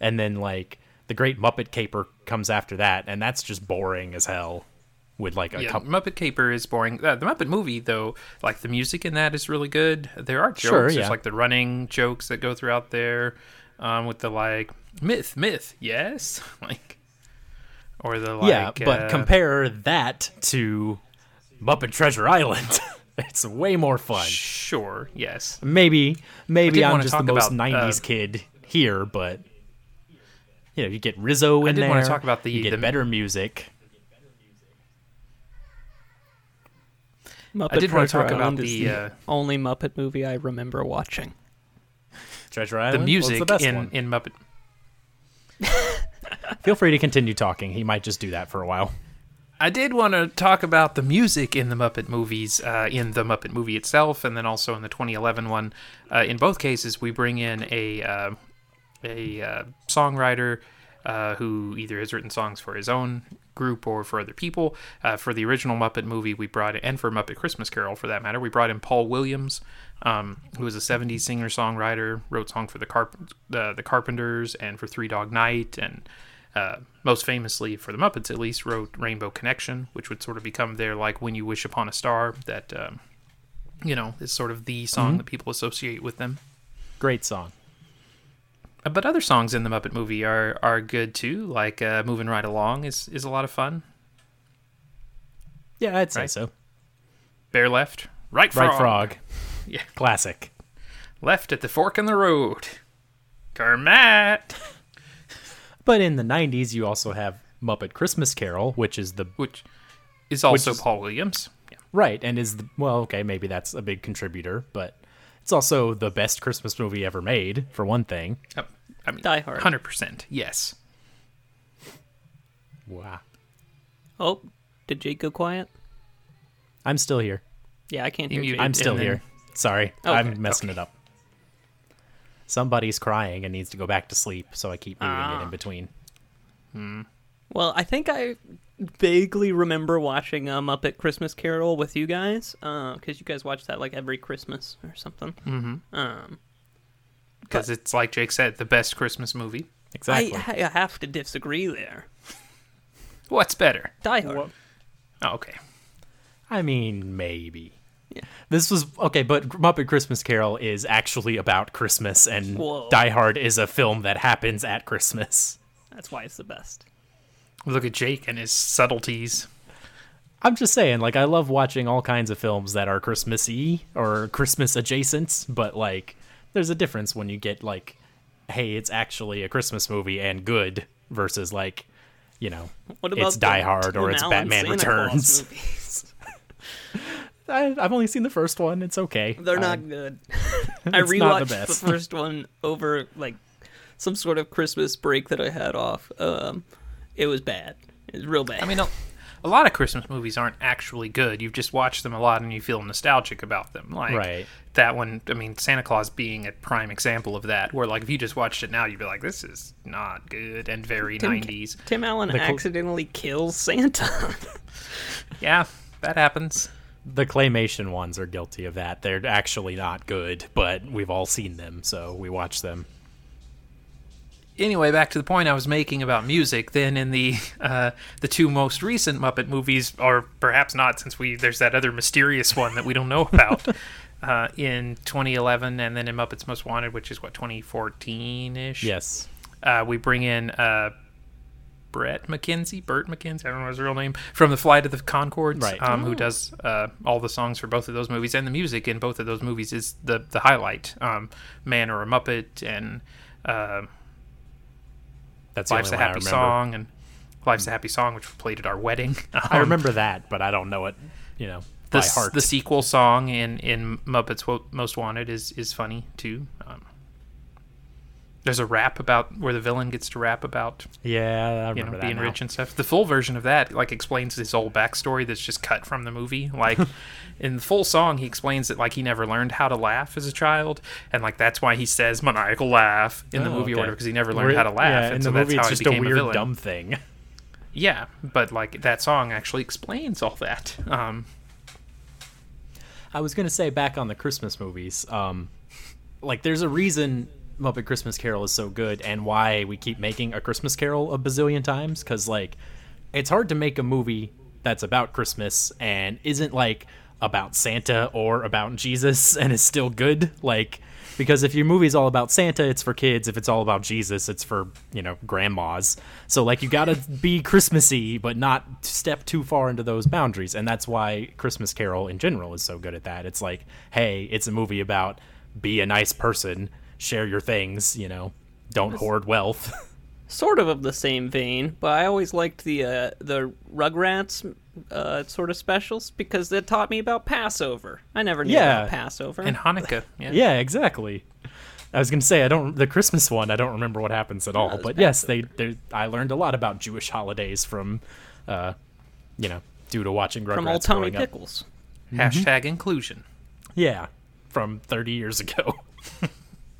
A: And then, like, the Great Muppet Caper comes after that, and that's just boring as hell with like a
C: Yeah,
A: couple.
C: Muppet Caper is boring. Uh, the Muppet movie, though, like the music in that is really good. There are jokes,
A: Sure, yeah.
C: there's like the running jokes that go throughout there, um, with the like myth, myth, yes, like, or the like.
A: yeah, but
C: uh,
A: compare that to Muppet Treasure Island. it's way more fun.
C: Sure, yes.
A: Maybe,
C: did
A: maybe I'm
C: wanna
A: just the
C: talk
A: most
C: about,
A: '90s
C: uh,
A: kid here, but you know, you get Rizzo in
C: did
A: there.
C: wanna talk about the-
A: you get
C: the-
A: better music.
D: Muppet
C: I did want to
D: Treasure
C: talk about
D: Island is
C: the uh,
D: only Muppet movie I remember watching.
A: Treasure
C: the
A: Island. well, it's
C: music
A: the best
C: in
A: one.
C: in Muppet.
A: Feel free to continue talking. He might just do that for a while.
C: I did want to talk about the music in the Muppet movies, uh, in the Muppet movie itself, and then also in the 2011 one. Uh, in both cases, we bring in a uh, a uh, songwriter uh, who either has written songs for his own group or for other people. Uh, for the original Muppet movie, we brought in, and for Muppet Christmas Carol, for that matter, we brought in Paul Williams, um, who was a '70s singer songwriter, wrote song for the Carp- the, the Carpenters and for Three Dog Night and uh, most famously for the Muppets, at least, wrote Rainbow Connection, which would sort of become their like "When You Wish Upon a Star" that um, you know is sort of the song that people associate with them.
A: Great song.
C: Uh, But other songs in the Muppet movie are are good too, like uh, "Moving Right Along" is is a lot of fun.
A: Yeah, I'd say
C: Right.
A: so.
C: Bear left, right frog,
A: Right Frog.
C: Yeah.
A: Classic.
C: left at the fork in the road. Kermit,
A: But in the '90s, you also have Muppet Christmas Carol, which is the
C: which is also
A: is-
C: Paul Williams. Yeah.
A: Right, and is the, well, okay, maybe that's a big contributor, but it's also the best Christmas movie ever made, for one thing.
C: Oh, I mean,
D: Die Hard.
C: hundred percent. Yes.
A: Wow.
D: Oh, did Jake go quiet?
A: I'm still here.
D: Yeah, I can't hear
C: muted.
D: Jake.
A: I'm still
C: And then-
A: here. Sorry,
D: Okay,
A: I'm messing it up. Somebody's crying and needs to go back to sleep, so I keep moving it in between.
D: Well, I think I vaguely remember watching um, up at Christmas Carol with you guys because you guys watch that like every Christmas or something.
C: Because it's like Jake said, the best Christmas movie.
A: Exactly.
D: I, I have to disagree there.
C: What's better?
D: Die Hard.
C: Oh, okay.
A: I mean, maybe. This was okay, but Muppet Christmas Carol is actually about Christmas, and
D: Whoa.
A: Die Hard is a film that happens at Christmas.
D: That's why it's the best.
C: Look at Jake and his subtleties.
A: I'm just saying, like, I love watching all kinds of films that are Christmassy or Christmas adjacent, but like, there's a difference when you get like, hey, it's actually a Christmas movie and good versus like, you know,
D: What about
A: it's Die
D: the
A: Hard or
D: Tim
A: it's
D: Allen
A: Batman
D: Santa Claus
A: Returns.
D: movies?
A: I, I've only seen the first one. It's okay.
D: They're
A: Uh,
D: not good. I
A: it's not the
D: rewatched the,
A: best.
D: first one over like some sort of Christmas break that I had off. Um, it was bad. It was real bad.
C: I mean, a, a lot of Christmas movies aren't actually good. You've just watched them a lot and you feel nostalgic about them. Like
A: Right.
C: that one, I mean, Santa Claus being a prime example of that, where like if you just watched it now, you'd be like, this is not good and very 90s.
D: Tim Allen accidentally kills Santa.
C: Yeah, that happens.
A: The claymation ones are guilty of that. They're actually not good, but we've all seen them, so we watch them.
C: anyway, back to the point I was making about music. Then in the uh, the two most recent Muppet movies, or perhaps not, since we there's that other mysterious one that we don't know about. Uh, in 2011, and then in Muppets Most Wanted, which is what 2014 ish.
A: Yes.
C: uh, we bring in uh, Brett McKenzie, Bert McKenzie, I don't know his real name, from the Flight of the Concords,
A: Right.
C: um, who does uh, all the songs for both of those movies, and the music in both of those movies is the the highlight. Um, Man or a Muppet, and uh,
A: That's the
C: Life's a
A: only one I
C: Happy
A: remember.
C: Song and Life's a Happy Song, which we played at our wedding. Um,
A: I remember that, but I don't know it, you know,
C: the,
A: Oh, by
C: s-
A: heart.
C: the sequel song in in Muppets Wo- Most Wanted is is funny too. Um, there's a rap about where the villain gets to rap about
A: yeah, I remember
C: you know
A: that.
C: being
A: now.
C: rich and stuff. The full version of that like explains his whole backstory that's just cut from the movie. Like in the full song, he explains that like he never learned how to laugh as a child, and like that's why he says maniacal laugh in the
A: Oh,
C: movie
A: okay.
C: order because he never learned
A: Where-
C: how to laugh.
A: Yeah,
C: and
A: in
C: so
A: the
C: that's
A: movie,
C: how
A: it's
C: he
A: just a
C: became
A: weird,
C: villain.
A: dumb thing.
C: Yeah, but like that song actually explains all that. Um,
A: I was gonna say back on the Christmas movies, um, like there's a reason Muppet Christmas Carol is so good and why we keep making a Christmas Carol a bazillion times because like it's hard to make a movie that's about Christmas and isn't like about Santa or about Jesus and is still good like because if your movie's all about Santa it's for kids if it's all about Jesus it's for you know grandmas so like you got to be Christmassy but not step too far into those boundaries and that's why Christmas Carol in general is so good at that it's like hey it's a movie about be a nice person, share your things, you know, don't hoard wealth.
D: sort of of the same vein, but I always liked the uh, the Rugrats uh, sort of specials because it taught me about Passover. I never knew
A: Yeah.
D: about Passover.
C: and Hanukkah. Yeah.
A: yeah, exactly. I was gonna say I don't the Christmas one. I don't remember what happens at all, but yes, they, they I learned a lot about Jewish holidays from, uh, you know, due to watching Rugrats
D: from old Tommy
A: growing up.
D: Pickles.
A: Mm-hmm.
C: Hashtag inclusion.
A: Yeah, from 30 years ago.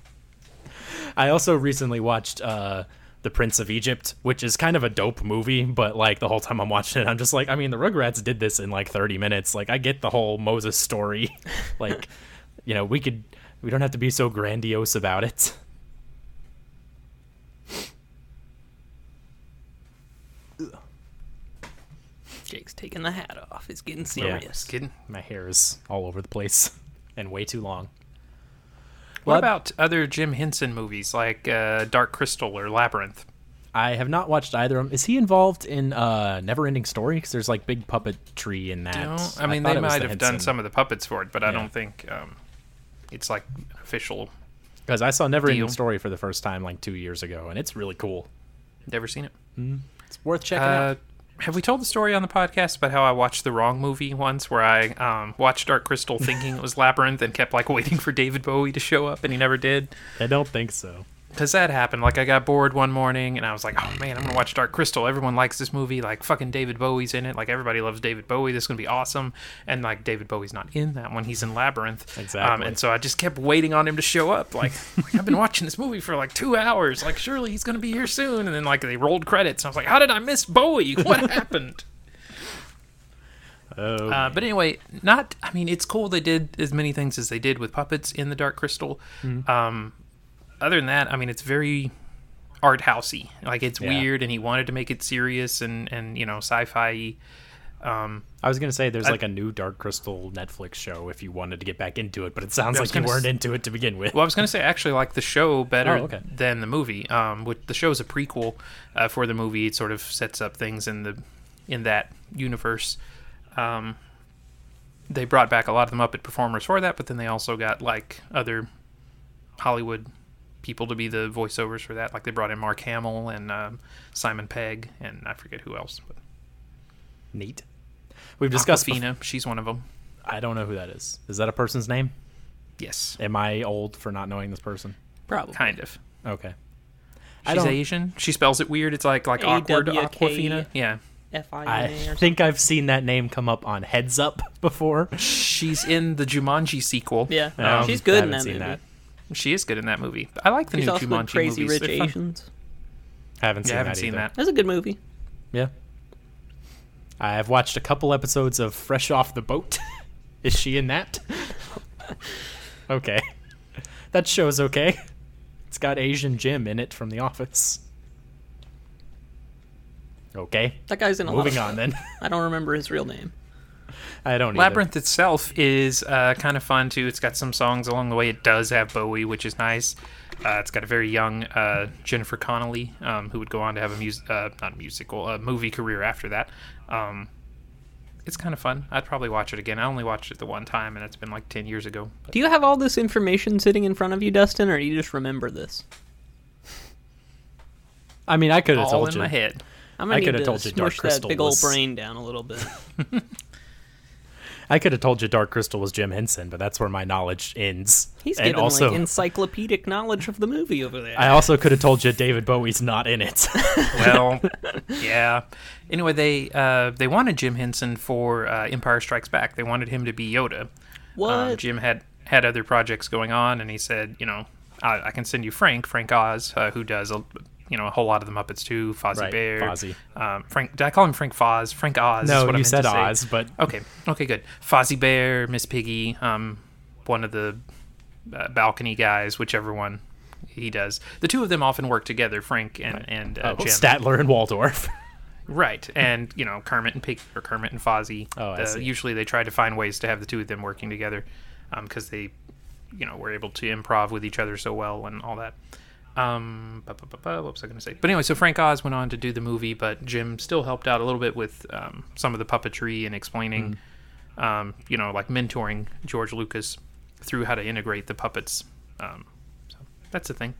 A: I also recently watched uh, The Prince of Egypt, which is kind of a dope movie, but like the whole time I'm watching it, I'm just like, I mean, the Rugrats did this in like 30 minutes. Like, I get the whole Moses story. like, you know, we could, we don't have to be so grandiose about it.
D: Jake's taking the hat off. It's getting
A: Yeah.
D: serious.
C: Kidding.
A: My hair is all over the place and way too long.
C: What
A: Well,
C: about other Jim Henson movies like uh, Dark Crystal or Labyrinth?
A: I have not watched either of them. Is he involved in uh, Neverending Story? Because there's like big puppetry in that.
C: No, I mean
A: thought
C: they
A: it was
C: might
A: the
C: have done
A: Henson.
C: some of the puppets for it, but I
A: Yeah.
C: don't think um, it's like official.
A: Because I saw Never
C: Deal.
A: Ending Story for the first time like two years ago, and it's really cool.
C: Never seen it.
A: It's worth checking
C: Uh, have we told the story on the podcast about how I watched the wrong movie once, where I um, watched Dark Crystal thinking it was Labyrinth and kept like waiting for David Bowie to show up, and he never did?
A: I don't think so.
C: Cause that happened. Like I got bored one morning, and I was like, "Oh man, I'm gonna watch Dark Crystal. Everyone likes this movie. Like fucking David Bowie's in it. Like everybody loves David Bowie. This is gonna be awesome." And like David Bowie's not in that one. He's in Labyrinth. Um,
A: Exactly.
C: and so I just kept waiting on him to show up. Like, like I've been watching this movie for like two hours. Like surely he's gonna be here soon. And then like they rolled credits. And I was like, "How did I miss Bowie? What happened?"
A: Oh,
C: Uh, but anyway, not. I mean, it's cool they did as many things as they did with puppets in the Dark Crystal. Um, other than that, I mean, it's very art housey. Like it's
A: Yeah.
C: weird, and he wanted to make it serious and and you know sci-fi. Um,
A: I was gonna say there's like a new Dark Crystal Netflix show if you wanted to get back into it, but it sounds
C: I was
A: like you
C: gonna
A: weren't
C: s-
A: into it to begin with.
C: well, I was gonna say I actually like the show better
A: Oh, okay.
C: than the movie. Um, which the show's a prequel uh, for the movie. It sort of sets up things in the in that universe. Um, they brought back a lot of the Muppet performers for that, but then they also got like other Hollywood people to be the voiceovers for that. Like they brought in Mark Hamill and um, Simon Pegg, and I forget who else. But
A: Neat. We've discussed. bef-
C: Aquafina, she's one of them.
A: I don't know who that is. Is that a person's name?
C: Yes,
A: Am I old for not knowing this person?
D: Probably.
C: kind of.
A: Okay. I
C: She's
A: don't- E.
C: Asian. She spells it weird. It's like like awkward
D: AWK.
C: Aquafina. Yeah.
D: F
A: I
D: I N A or something.
A: think I've seen that name come up on Heads Up before.
C: She's in the Jumanji sequel.
D: Yeah,
C: Um,
D: she's
A: I
D: good in
A: haven't
D: that
A: seen
D: movie.
A: that.
C: She is good in that movie. I like the
D: She's
C: new
D: also in
C: Jumanji
D: Crazy
C: movies.
D: Rich
C: They're fun.
D: Asians.
A: I haven't
C: Yeah,
A: seen
C: I haven't
A: that
C: seen
A: either.
C: that.
D: That's a good movie.
A: Yeah. I've watched a couple episodes of Fresh Off the Boat. Is she in that? okay. That show's okay. It's got Asian Jim in it from The Office. Okay.
D: That guy's
C: Oh.
D: in a
A: Moving
D: lot.
A: on
D: Of,
A: then.
D: I don't remember his real name.
A: I don't either.
C: Labyrinth itself is uh, kind of fun too. It's got some songs along the way. It does have Bowie, which is nice. Uh, it's got a very young uh, Jennifer Connelly, um, who would go on to have a music, uh, not a musical, a movie career after that. Um, it's kind of fun. I'd probably watch it again. I only watched it the one time, and it's been like ten years ago.
D: Do you have all this information sitting in front of you, Dustin, or do you just remember this?
A: I mean, I could have
C: all
A: told
C: in
A: you.
C: my head.
D: I'm
A: I
D: gonna need
A: coulda
D: to
A: told you Dark
D: smush that
A: Crystal
D: big old
A: was-
D: brain down a little bit.
A: I could have told you Dark Crystal was Jim Henson, but that's where my knowledge ends.
D: He's
A: and
D: given
A: also,
D: like encyclopedic knowledge of the movie over there.
A: I also could have told you David Bowie's not in it.
C: well, yeah. Anyway, they uh, they wanted Jim Henson for uh, Empire Strikes Back. They wanted him to be Yoda.
D: what?
C: Um, Jim had had other projects going on, and he said, you know, I, I can send you Frank, Frank Oz, uh, who does a, you know a whole lot of the Muppets too, Fozzie
A: Right,
C: Bear,
A: Fozzie.
C: Um, Frank. Did I call him Frank Foz? Frank Oz. is
A: no,
C: what
A: you
C: I meant
A: said
C: to say.
A: Oz, but
C: Okay, okay, good. Fozzie Bear, Miss Piggy, um, one of the uh, balcony guys, whichever one he does. The two of them often work together, Frank and and uh,
A: oh,
C: Jim.
A: Statler and Waldorf.
C: Right, and you know Kermit and Pig or Kermit and Fozzie.
A: Oh, I
C: uh,
A: see.
C: Usually they try to find ways to have the two of them working together, because they, you know, were able to improv with each other so well and all that. Um, bu- bu- bu- bu- what was I going to say? But anyway, so Frank Oz went on to do the movie, but Jim still helped out a little bit with um, some of the puppetry and explaining,
A: Mm.
C: um, you know, like mentoring George Lucas through how to integrate the puppets. Um, so that's the thing.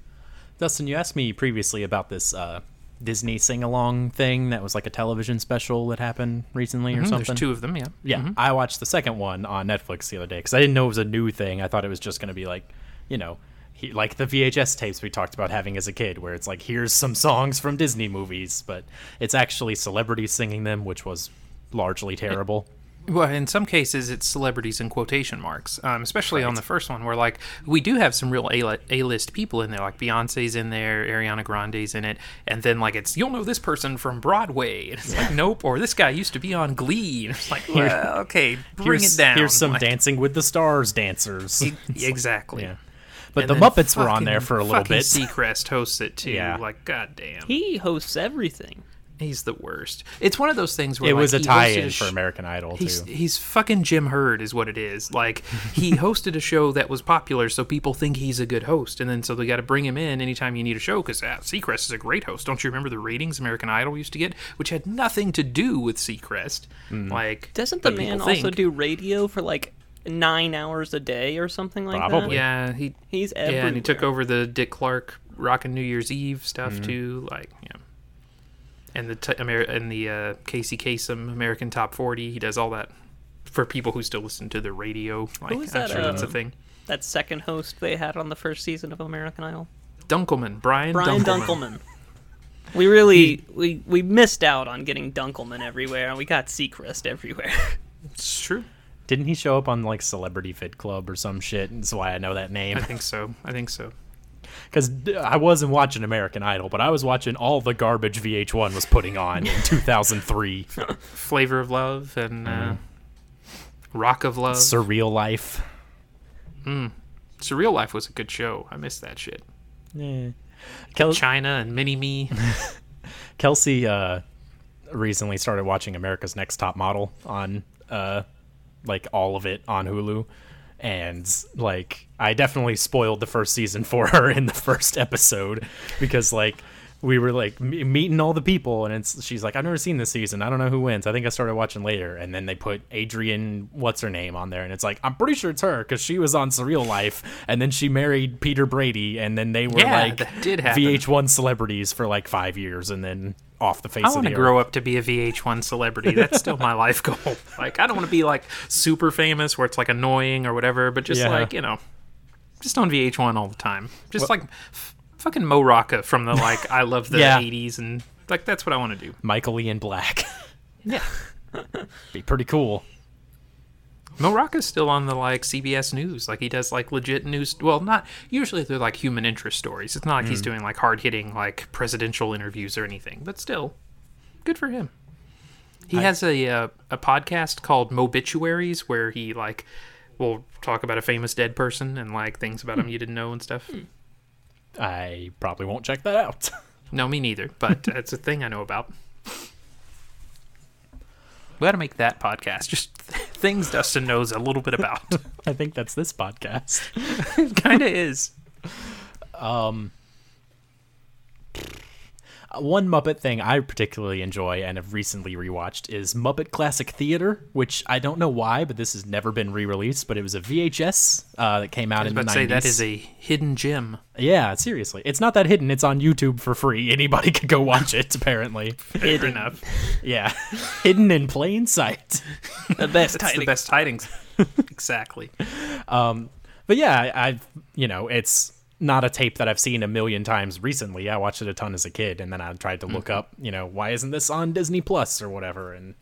A: Dustin, you asked me previously about this uh, Disney sing along thing that was like a television special that happened recently or something.
C: Mm-hmm, There's two Mm-hmm. of them, yeah.
A: Yeah, I watched the second one on Netflix the other day because I didn't know it was a new thing. I thought it was just going to be like, you know, he, like the VHS tapes we talked about having as a kid, where it's like, here's some songs from Disney movies, but it's actually celebrities singing them, which was largely terrible.
C: Well, in some cases, it's celebrities in quotation marks, um, especially on the first one, where like we do have some real A- A-list people in there, like Beyonce's in there, Ariana Grande's in it, and then like it's you'll know this person from Broadway, and it's like nope, or this guy used to be on Glee, and it's like well, okay, bring
A: here's,
C: it down.
A: Here's some
C: like,
A: Dancing with the Stars dancers.
C: e- exactly.
A: yeah. But
C: And
A: the
C: then
A: Muppets were on there
C: fucking-
A: for a little
C: fucking
A: bit.
C: Seacrest hosts it too.
A: Yeah.
C: Like goddamn,
D: he hosts everything.
C: he's the worst. It's one of those things where
A: It
C: like,
A: was a
C: he hosted
A: tie-in
C: sh-
A: for American Idol
C: He's,
A: too.
C: he's fucking Jim Hurd, is what it is. Like, he hosted a show that was popular, so people think he's a good host. And then, so they got to bring him in anytime you need a show, because ah, Seacrest is a great host. Don't you remember the ratings American Idol used to get, which had nothing to do with Seacrest? Like,
D: Doesn't the
C: but
D: man
C: people
D: also
C: think-
D: do radio for like nine hours a day or something like that?
A: Probably.
C: Yeah, he.
D: He's everywhere. Mm-hmm.
C: Yeah, and he took over the Dick Clark Rockin' New Year's Eve stuff, too. Like, yeah. And the, t- Amer- and the uh, Casey Kasem American Top 40, he does all that for people who still listen to the radio. Like,
D: is
C: I'm
D: that,
C: sure that's a
D: um,
C: thing.
D: that second host they had on the first season of American Idol.
C: Dunkelman, Brian,
D: Brian
C: Dunkelman.
D: Dunkelman. We really we we missed out on getting Dunkelman everywhere, and we got Seacrest everywhere.
C: It's true.
A: Didn't he show up on like Celebrity Fit Club or some shit? That's why I know that name.
C: I think so. I think so.
A: Because I wasn't watching American Idol, but I was watching all the garbage VH1 was putting on in 2003.
C: Flavor of Love and uh,
D: Mm-hmm.
C: Rock of Love.
A: Surreal Life.
C: Surreal Life was a good show. I miss that shit.
A: Eh. Kel-
C: China and Mini Me.
A: Kelsey uh, recently started watching America's Next Top Model on uh, like all of it on Hulu. And like, I definitely spoiled the first season for her in the first episode because like we were like me- meeting all the people and it's she's like I've never seen this season. I don't know who wins. I think I started watching later and then they put Adrian what's her name on there and it's like I'm pretty sure it's her cuz she was on Surreal Life and then she married Peter Brady and then they were
C: Yeah,
A: like
C: that did happen.
A: VH1 celebrities for like 5 years and then off the face
C: I
A: of
C: want
A: the
C: to
A: earth.
C: grow up to be a VH1 celebrity. That's still my life goal. Like, I don't want to be like super famous where it's like annoying or whatever, but just
A: Yeah.
C: like, you know, just on VH1 all the time. Just like f- fucking Mo Rocca from the like, I love the
A: Yeah.
C: 80s and like, that's what I want to do.
A: Michael Ian Black. Be pretty cool.
C: Mo Rocca's still on the like CBS News, like he does like legit news. Well, not usually they're like human interest stories. It's not like he's doing like hard hitting like presidential interviews or anything, but still, good for him. He has a uh, a podcast called Mobituaries where he like will talk about a famous dead person and like things about him you didn't know and stuff.
A: I probably won't check that out.
C: No, me neither. But it's a thing I know about. We got to make that podcast. Just things Dustin knows a little bit about.
A: I think that's this podcast.
C: it kind of is.
A: Uh, One Muppet thing I particularly enjoy and have recently rewatched is Muppet Classic Theater, which I don't know why, but this has never been re-released. But it was a VHS uh, that came out
C: I was
A: in the
C: about to
A: 90s.
C: say that is a hidden gem.
A: Yeah, seriously. It's not that hidden. It's on YouTube for free. Anybody could go watch it, apparently.
C: Fair enough.
A: Yeah. hidden in plain sight.
D: The best
C: That's the
D: tidings.
C: best tidings. exactly.
A: But yeah, I, I've, you know, it's not a tape that I've seen a million times recently. I watched it a ton as a kid, and then I tried to look up, you know, why isn't this on Disney Plus or whatever? And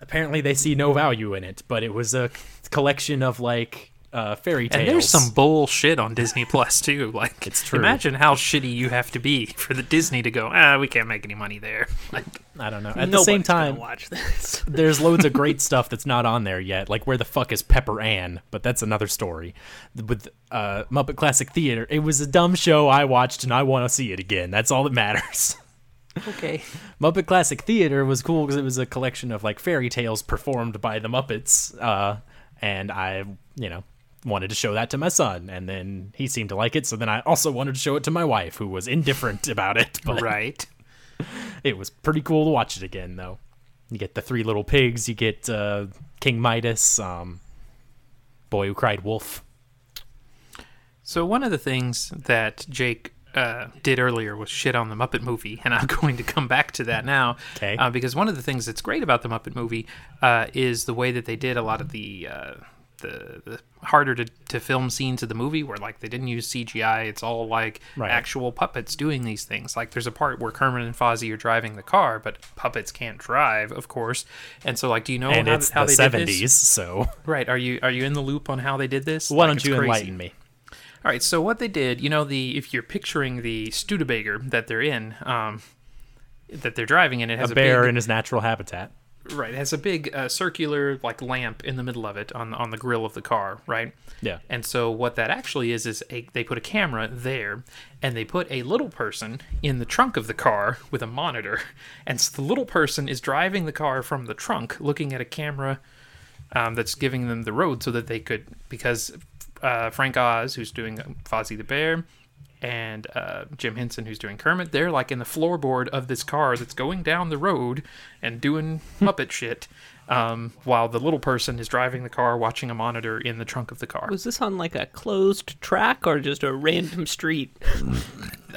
A: apparently they see no value in it, but it was a collection of, like, uh, fairy tales.
C: And there's some bullshit on Disney Plus too. Like
A: It's true.
C: Imagine how shitty you have to be for the Disney to go. Ah, we can't make any money there. Like
A: I don't know. At the
D: Nobody's
A: same
D: gonna
A: time,
D: watch this.
A: there's loads of great stuff that's not on there yet. Like where the fuck is Pepper Ann? But that's another story. With uh, Muppet Classic Theater, it was a dumb show I watched, and I want to see it again. That's all that matters.
C: okay.
A: Muppet Classic Theater was cool because it was a collection of like fairy tales performed by the Muppets, uh, and I, you know, wanted to show that to my son, and then he seemed to like it. So then I also wanted to show it to my wife, who was indifferent about it. But
C: Right.
A: it was pretty cool to watch it again though you get the three little pigs you get uh, king midas um, boy who cried wolf
C: So one of the things that Jake uh, did earlier was shit on the Muppet movie, and I'm going to come back to that now.
A: 'Kay.
C: Uh, because one of the things that's great about the Muppet movie uh, is the way that they did a lot of the. Uh, the, the harder to, to film scenes of the movie where like they didn't use CGI it's all like
A: Right.
C: actual puppets doing these things like there's a part where Kermit and Fozzie are driving the car but puppets can't drive of course and so like do you know
A: and
C: how,
A: it's
C: how
A: the
C: they did
A: 70s
C: this
A: so
C: right are you are you in the loop on how they did this
A: why
C: Like,
A: don't
C: it's
A: you
C: crazy.
A: enlighten me
C: All right, so what they did, you know, the if you're picturing the Studebaker that they're in, um, that they're driving in, it has
A: a
C: a,
A: bear
C: big,
A: in his natural habitat
C: right, it has a big uh, circular like lamp in the middle of it on on the grill of the car, right?
A: Yeah.
C: And so what that actually is is a, they put a camera there, and they put a little person in the trunk of the car with a monitor, and so the little person is driving the car from the trunk, looking at a camera um, that's giving them the road so that they could because uh, Frank Oz, who's doing Fozzie the Bear, and uh, Jim Henson, who's doing Kermit, they're like in the floorboard of this car that's going down the road and doing Muppet shit, um, while the little person is driving the car, watching a monitor in the trunk of the car.
D: Was this on like a closed track or just a random street?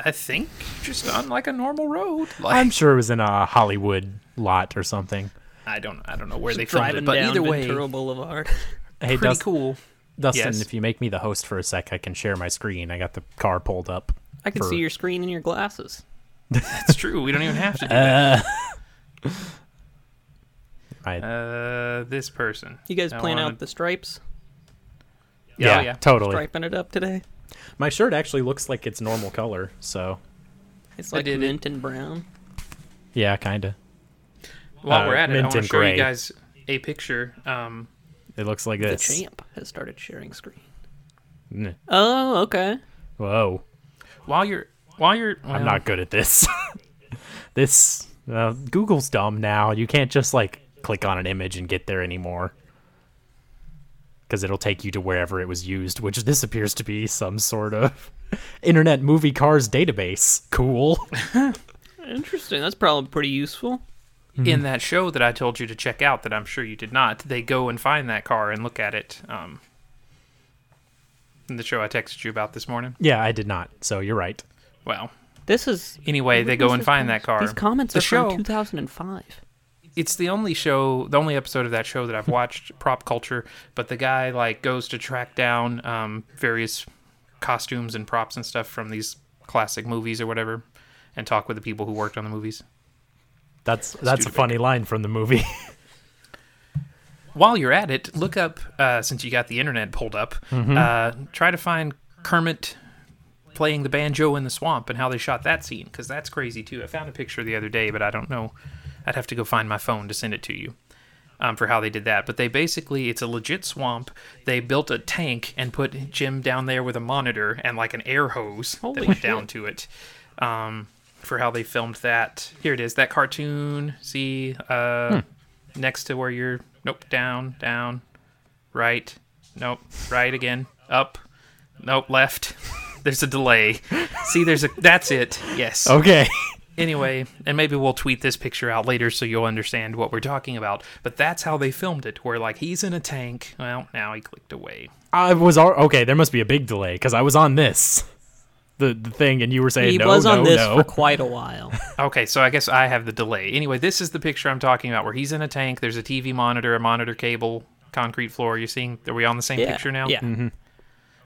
C: I think just on like a normal road. Like,
A: i'm sure it was in a hollywood lot or something
C: I don't I don't know where they filmed
D: Driving
C: it, but
D: down
C: either way,
D: Ventura Boulevard.
A: hey
C: pretty
A: Dust-
C: cool.
A: dustin
C: Yes.
A: if you make me the host for a sec i can share my screen i got the car pulled up
D: I can
A: for-
D: see your screen in your glasses.
C: That's true. We don't even have to do
A: I,
C: that. Uh, this person.
D: You guys
C: Now
D: plan
C: on
D: out the stripes,
A: yeah,
C: oh, yeah.
A: totally
D: striping it up today.
A: my shirt actually looks like it's normal color so
D: It's
C: I
D: like
C: did it.
D: mint and brown.
A: yeah kinda
C: While
A: uh,
C: we're at it, I
A: mint
C: want to
A: and
C: show
A: gray.
C: you guys a picture. Um,
A: it looks like
D: The
A: this
D: champ has started sharing screen.
A: Mm.
D: Oh, okay.
A: whoa
C: while you're while you're well,
A: I'm not good at this. this uh, Google's dumb now. You can't just like click on an image and get there anymore because it'll take you to wherever it was used, which this appears to be some sort of internet movie cars database. Cool.
D: Interesting. That's probably pretty useful.
A: Mm.
C: in that show that I told you to check out that I'm sure you did not. They go and find that car and look at it. Um, in the show I texted you about this morning.
A: yeah, I did not. So you're right.
C: Well,
D: This is
C: anyway, they go and
D: these
C: find that car.
D: these comments
C: the
D: are
C: show,
D: from 2005.
C: it's the only show, the only episode of that show that I've watched, Prop Culture. But the guy like goes to track down um, various costumes and props and stuff from these classic movies or whatever, and talk with the people who worked on the movies.
A: That's that's a funny line from the movie.
C: While you're at it, look up uh, since you got the internet pulled up. Uh, try to find Kermit playing the banjo in the swamp and how they shot that scene because that's crazy too. I found a picture the other day, but I don't know. I'd have to go find my phone to send it to you um, for how they did that. But they basically, it's a legit swamp. They built a tank and put Jim down there with a monitor and like an air hose that went down to it. Um, for how they filmed that. Here it is, that cartoon. See, uh, next to where you're. Nope, down, down, right. Nope, right again. Up. Nope, left. There's a delay. See, there's a. That's it. Yes.
A: okay.
C: Anyway, and maybe we'll tweet this picture out later so you'll understand what we're talking about. But that's how they filmed it, where like he's in a tank. Well, now he clicked away.
A: I was al- okay. There must be a big delay because I was on this, the the thing, and you were saying
D: He
A: no,
D: was
A: no,
D: on this
A: no.
D: for quite a while.
C: Okay, so I guess I have the delay. Anyway, this is the picture I'm talking about where he's in a tank. There's a TV monitor, a monitor cable, concrete floor. You're seeing, are we on the same
D: Yeah,
C: picture now?
D: Yeah.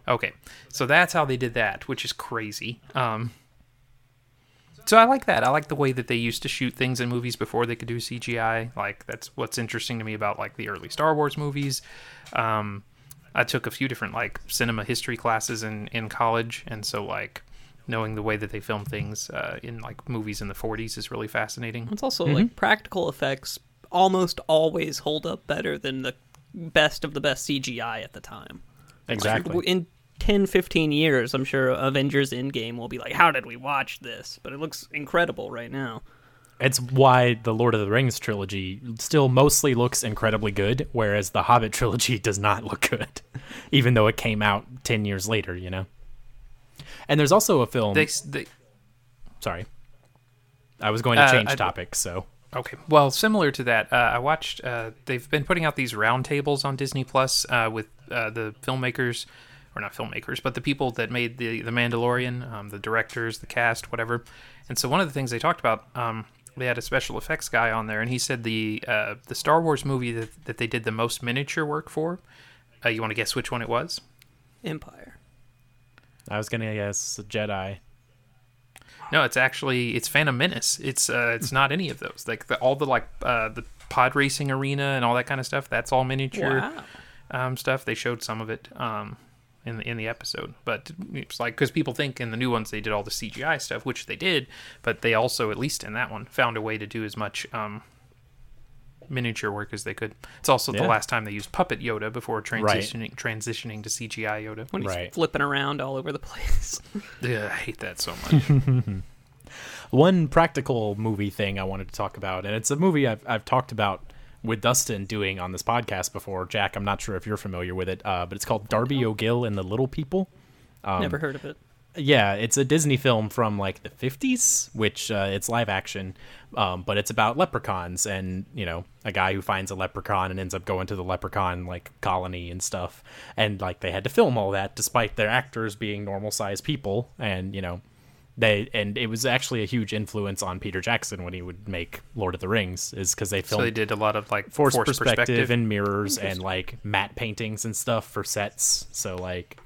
C: Okay, so that's how they did that, which is crazy. Um, so I like that. I like the way that they used to shoot things in movies before they could do CGI. Like that's what's interesting to me about like the early Star Wars movies. Um, I took a few different like cinema history classes in in college, and so like knowing the way that they film things uh, in like movies in the 40s is really fascinating.
D: It's also like practical effects almost always hold up better than the best of the best CGI at the time.
A: Exactly.
D: In 10, 15 years, I'm sure Avengers Endgame will be like, how did we watch this? But it looks incredible right now.
A: It's why the Lord of the Rings trilogy still mostly looks incredibly good, whereas the Hobbit trilogy does not look good, even though it came out 10 years later, you know? And there's also a film.
C: They, s- they
A: sorry. I was going to
C: Uh,
A: change
C: I-
A: topic, so.
C: Okay. Well, similar to that, uh, I watched. Uh, they've been putting out these roundtables on Disney Plus uh, with uh, the filmmakers, or not filmmakers, but the people that made the the Mandalorian, um, the directors, the cast, whatever. And so one of the things they talked about, um, they had a special effects guy on there, and he said the uh, the Star Wars movie that, that they did the most miniature work for. Uh, you want to guess which one it was?
D: Empire.
A: I was going to guess Jedi.
C: No, it's actually it's Phantom Menace. It's uh, it's not any of those. Like the, all the like uh, the pod racing arena and all that kind of stuff. That's all miniature.
D: Wow.
C: um, stuff. They showed some of it um, in the in the episode, but it's like because people think in the new ones they did all the CGI stuff, which they did, but they also at least in that one found a way to do as much um, miniature work as they could. It's also
A: Yeah.
C: the last time they used puppet Yoda before transitioning transitioning to CGI Yoda.
D: When he's
A: Right.
D: flipping around all over the place.
C: Ugh, I hate that so much.
A: one practical movie thing I wanted to talk about, and it's a movie I've, I've talked about with Dustin doing on this podcast before. Jack, I'm not sure if you're familiar with it, uh, but it's called Darby O'Gill and the Little People.
D: Never heard of it.
A: Yeah, it's a Disney film from like the 50s, which uh, it's live action, um, but it's about leprechauns and, you know, a guy who finds a leprechaun and ends up going to the leprechaun like colony and stuff. And like they had to film all that despite their actors being normal sized people and, you know, they and it was actually a huge influence on Peter Jackson when he would make Lord of the Rings is cuz they
C: so
A: filmed
C: they did a lot of like
A: force
C: force,
A: perspective,
C: perspective.
A: and mirrors and like matte paintings and stuff for sets. So like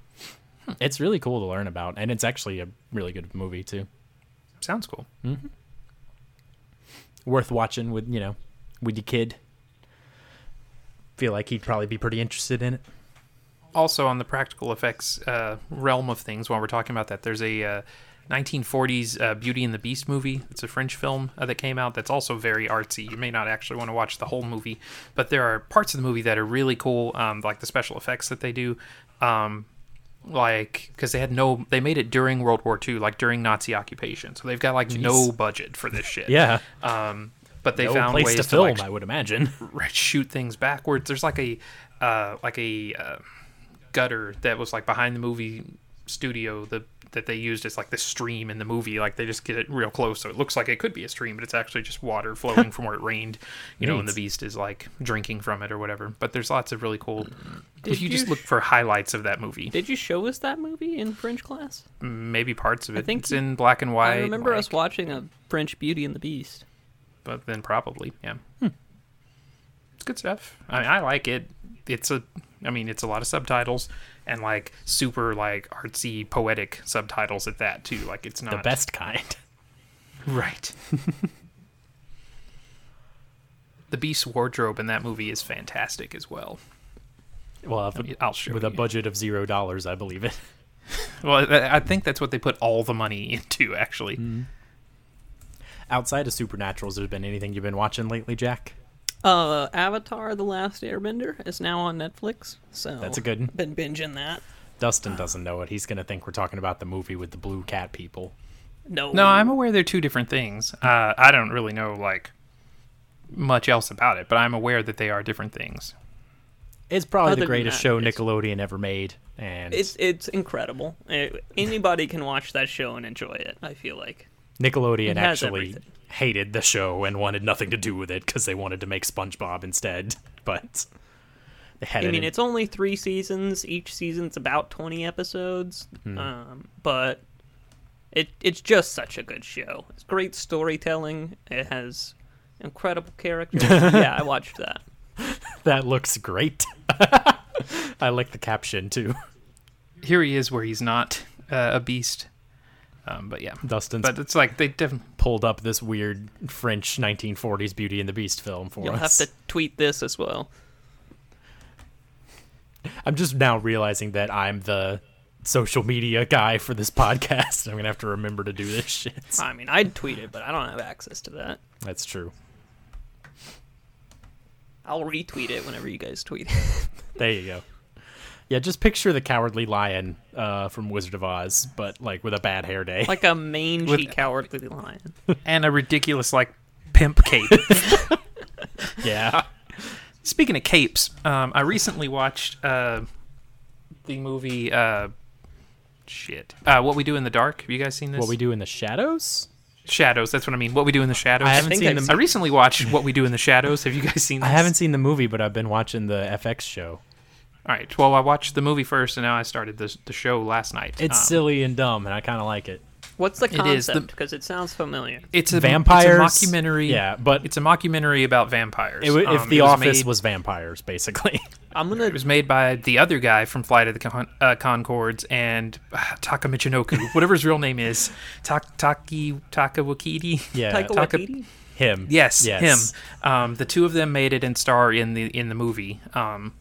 A: it's really cool to learn about and it's actually a really good movie too.
C: Sounds cool.
A: Worth watching with, you know, with your kid. Feel like he'd probably be pretty interested in it.
C: also on the practical effects uh, realm of things while we're talking about that there's a uh, 1940s uh, beauty and the beast movie it's a french film uh, that came out that's also very artsy you may not actually want to watch the whole movie but there are parts of the movie that are really cool um, like the special effects that they do um, like because they had no they made it during world war ii like during nazi occupation so they've got like no budget for this shit
A: Yeah.
C: um, but they
A: No
C: found
A: place
C: ways
A: to film,
C: like,
A: I would imagine.
C: right, shoot things backwards. There's like a uh, like a uh, gutter that was like behind the movie studio the that they used as like the stream in the movie. Like they just get it real close, so it looks like it could be a stream, but it's actually just water flowing from where it rained. You know, and the
A: Neat.
C: beast is like drinking from it or whatever. But there's lots of really cool. if you, just look for highlights of that movie,
D: Did you show us that movie in French class?
C: maybe parts of it.
D: think
C: it's
D: you-
C: in black and
D: I,
C: white.
D: remember
C: like-
D: us watching a French Beauty and the Beast.
C: but then probably yeah
A: Hmm.
C: it's good stuff i mean i like it it's a i mean it's a lot of subtitles and like super like artsy poetic subtitles at that too like it's not
A: the best kind.
C: right the Beast's wardrobe in that movie is fantastic as well.
A: Well, if-
C: I'll show
A: with a
C: you.
A: budget of zero dollars, I believe it.
C: Well, I I think that's what they put all the money into, actually.
A: Mm. Outside of Supernaturals, there's been anything you've been watching lately, Jack?
D: Uh, Avatar: The Last Airbender is now on Netflix, so
A: That's a good 'un.
D: Been binging that.
A: Dustin doesn't know it. He's gonna think we're talking about the movie with the blue cat people.
D: No,
C: No, I'm aware they're two different things. Uh, I don't really know like much else about it, but I'm aware that they are different things.
A: It's probably the
D: Other than
A: greatest
D: that,
A: show
D: it's-
A: Nickelodeon ever made, and
D: It's it's incredible. Uh, anybody can watch that show and enjoy it. I feel like.
A: Nickelodeon
D: It has
A: actually
D: everything.
A: hated the show and wanted nothing to do with it because they wanted to make SpongeBob instead. But they had
D: I
A: an
D: mean, it's only three seasons. Each season's about twenty episodes,
A: Hmm.
D: um, but it it's just such a good show. It's great storytelling. It has incredible characters. yeah, I watched that.
A: that looks great. I like the caption too.
C: Here he is, where he's not uh, a beast. Um, but yeah,
A: Dustin's
C: but it's like they definitely.
A: pulled up this weird French 1940s Beauty and the Beast film for
D: You'll have
A: us.
D: to tweet this as well.
A: I'm just now realizing that I'm the social media guy for this podcast. I'm gonna have to remember to do this shit.
D: I mean, I'd tweet it, but I don't have access to that.
A: That's true.
D: I'll retweet it whenever you guys tweet.
A: There you go. Yeah, just picture the cowardly lion uh, from Wizard of Oz, but like with a bad hair day.
D: like a mangy,
C: With-
D: cowardly lion.
C: and a ridiculous like pimp cape.
A: yeah.
C: Speaking of capes, um, I recently watched uh, the movie uh, shit. Uh, what we do in the dark. Have you guys seen this?
A: What we do in the shadows?
C: Shadows. That's what I mean. What we do in the shadows.
A: I haven't
D: think
A: seen
D: I've
A: the.
C: I recently watched What We Do in the Shadows. Have you guys seen?
A: I
C: This?
A: haven't seen the movie, but I've been watching the FX show.
C: All right. Well, I watched the movie first, and now I started the the show last night.
A: It's
C: Um,
A: silly and dumb, and I kind of like it.
D: What's the
C: It is the-
D: concept? Because it sounds familiar.
C: it's a
A: Vampires.
C: It's a mockumentary.
A: Yeah, but
C: it's a mockumentary about vampires.
A: it, w- if
C: Um,
A: The
C: it
A: Office
C: made,
A: was vampires, basically.
D: I'm gonna
C: it was made by the other guy from Flight of the Con- uh, Concords and uh, Taka Michinoku, whatever his real name is, Tak Taki Taka Wakiti.
A: yeah,
D: Taika
C: Taka-
D: Waititi?
A: him.
C: Yes,
A: yes.
C: him. Um, the two of them made it and star in the in the movie. Um,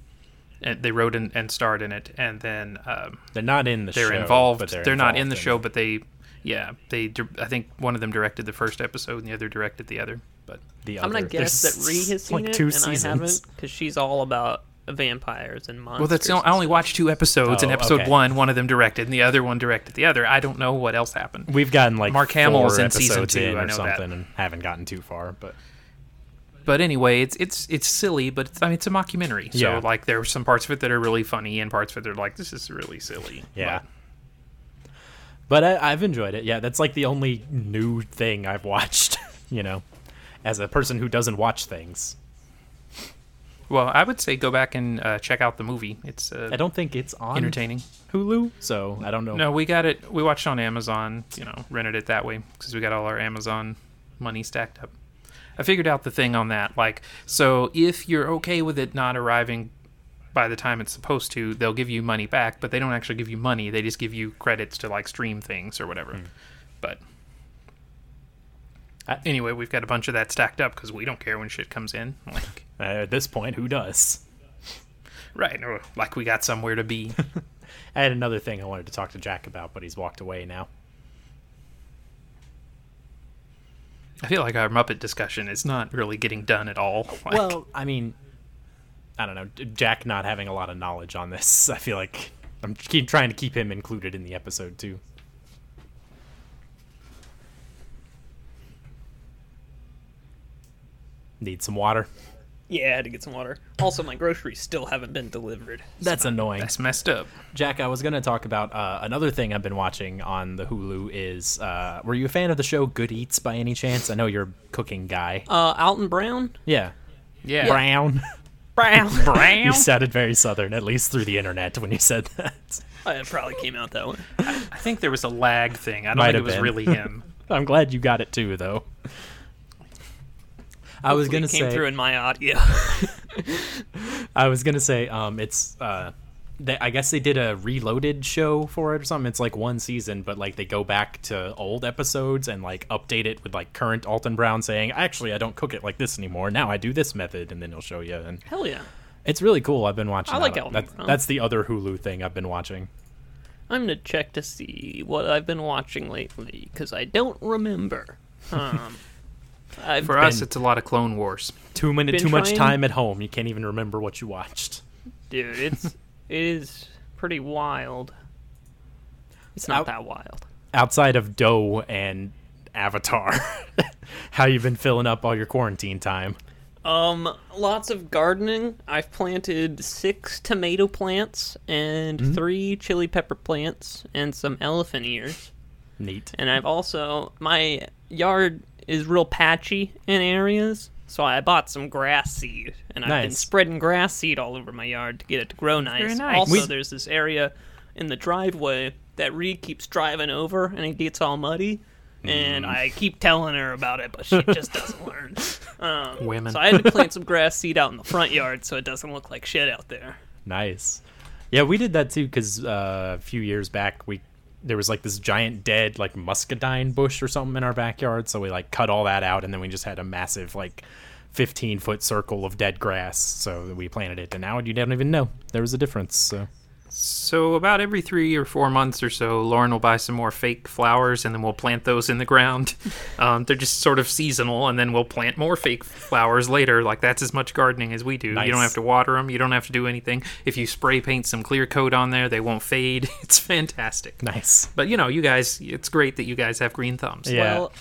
C: and they wrote and, and starred in it, and then um,
A: They're not in the show.
C: they're involved.
A: but
C: they're
A: they're,
C: not in the
A: involved
C: show, but they, yeah, they. dir- I think one of them directed the first episode, and the other directed the other. But
A: The
D: I'm gonna
A: other-
D: guess
A: there's
D: that Ree has seen
A: like
D: it
A: two
D: and
A: seasons.
D: I haven't, because she's all about vampires and monsters.
C: well, that's the only- I only watched two episodes. and
A: Oh,
C: episode
A: okay.
C: one, one of them directed, and the other one directed the other. I don't know what else happened.
A: We've gotten like
C: Mark Hamill's
A: four
C: in season
A: episodes
C: two,
A: in
C: I
A: or
C: know that.
A: something, and haven't gotten too far. But
C: But anyway, it's it's it's silly, but it's, I mean it's a mockumentary. So
A: Yeah.
C: like there are some parts of it that are really funny, and parts of it that are like this is really silly.
A: Yeah.
C: But-
A: But I, I've enjoyed it. Yeah, that's like the only new thing I've watched, you know, as a person who doesn't watch things.
C: well, I would say go back and uh, check out the movie. It's uh,
A: I don't think it's on
C: entertaining.
A: Hulu, so I don't know.
C: No, we got it. We watched it on Amazon. You know, rented it that way because we got all our Amazon money stacked up. I figured out the thing on that. Like, so if you're okay with it not arriving by the time it's supposed to, they'll give you money back, but they don't actually give you money. They just give you credits to like stream things or whatever. But uh,
A: I-
C: anyway, we've got a bunch of that stacked up because we don't care when shit comes in. Like,
A: Uh, at this point, who does?
C: right? or Like we got somewhere to be.
A: I had another thing I wanted to talk to Jack about, but he's walked away now.
C: I feel like our Muppet discussion is not really getting done at all. Like,
A: Well, I mean, I don't know. Jack not having a lot of knowledge on this, I feel like I'm keep trying to keep him included in the episode too. Need some water.
D: Yeah, I had to get some water. Also, my groceries still haven't been delivered.
A: That's annoying.
C: that's messed up.
A: Jack, I was going to talk about uh, another thing I've been watching on the Hulu is uh, were you a fan of the show Good Eats by any chance? I know you're a cooking guy.
D: Uh, Alton Brown?
A: yeah.
C: Yeah.
A: Brown.
D: Brown!
A: you
C: Brown.
A: sounded very southern, at least through the internet when you said that.
D: Oh, it probably came out that way.
C: I think there was a lag thing. I don't
A: Might
C: think it
A: have
C: was
A: been.
C: really him.
A: I'm glad you got it too, though. I was gonna
D: It
A: say
D: came through in my audio.
A: I was gonna say um, it's uh, they, I guess they did a reloaded show for it or something. It's like one season, but like they go back to old episodes and like update it with like current Alton Brown saying, "Actually, I don't cook it like this anymore. Now I do this method," and then he'll show you. And
D: Hell yeah.
A: it's really cool. I've been watching.
D: I
A: that.
D: like Alton
A: that's,
D: Brown.
A: that's the other Hulu thing I've been watching.
D: I'm gonna check to see what I've been watching lately because I don't remember. Um, I've
C: For us, it's a lot of Clone Wars.
A: Too many,
D: Been
A: too much
D: trying-
A: time at home. You can't even remember what you watched.
D: dude, it's it is pretty wild. It's not
A: Out-
D: that wild.
A: Outside of Doe and Avatar, how you been filling up all your quarantine time?
D: Um, lots of gardening. I've planted six tomato plants and three chili pepper plants and some elephant ears.
A: Neat.
D: And I've also my yard is real patchy in areas, so I bought some grass seed and I've been
A: Nice.
D: spreading grass seed all over my yard to get it to grow nice.
C: Very nice.
D: Also,
A: We-
D: there's this area in the driveway that Reed keeps driving over and it gets all muddy. And
A: Mm.
D: I keep telling her about it, but she just doesn't learn. Um,
C: Women.
D: So I had to plant some grass seed out in the front yard so it doesn't look like shit out there.
A: Nice. Yeah, we did that too because uh, a few years back we there was like this giant dead like muscadine bush or something in our backyard, so we like cut all that out and then we just had a massive like fifteen foot circle of dead grass. So we planted it, and now you don't even know there was a difference. So
C: So about every three or four months or so, Lauren will buy some more fake flowers, and then we'll plant those in the ground. Um, they're just sort of seasonal, and then we'll plant more fake flowers later. Like that's as much gardening as we do. You don't
A: Nice.
C: have to water them. You don't have to do anything. If you spray paint some clear coat on there, they won't fade. It's fantastic.
A: nice.
C: But you know, you guys, it's great that you guys have green thumbs.
A: Yeah.
D: Well,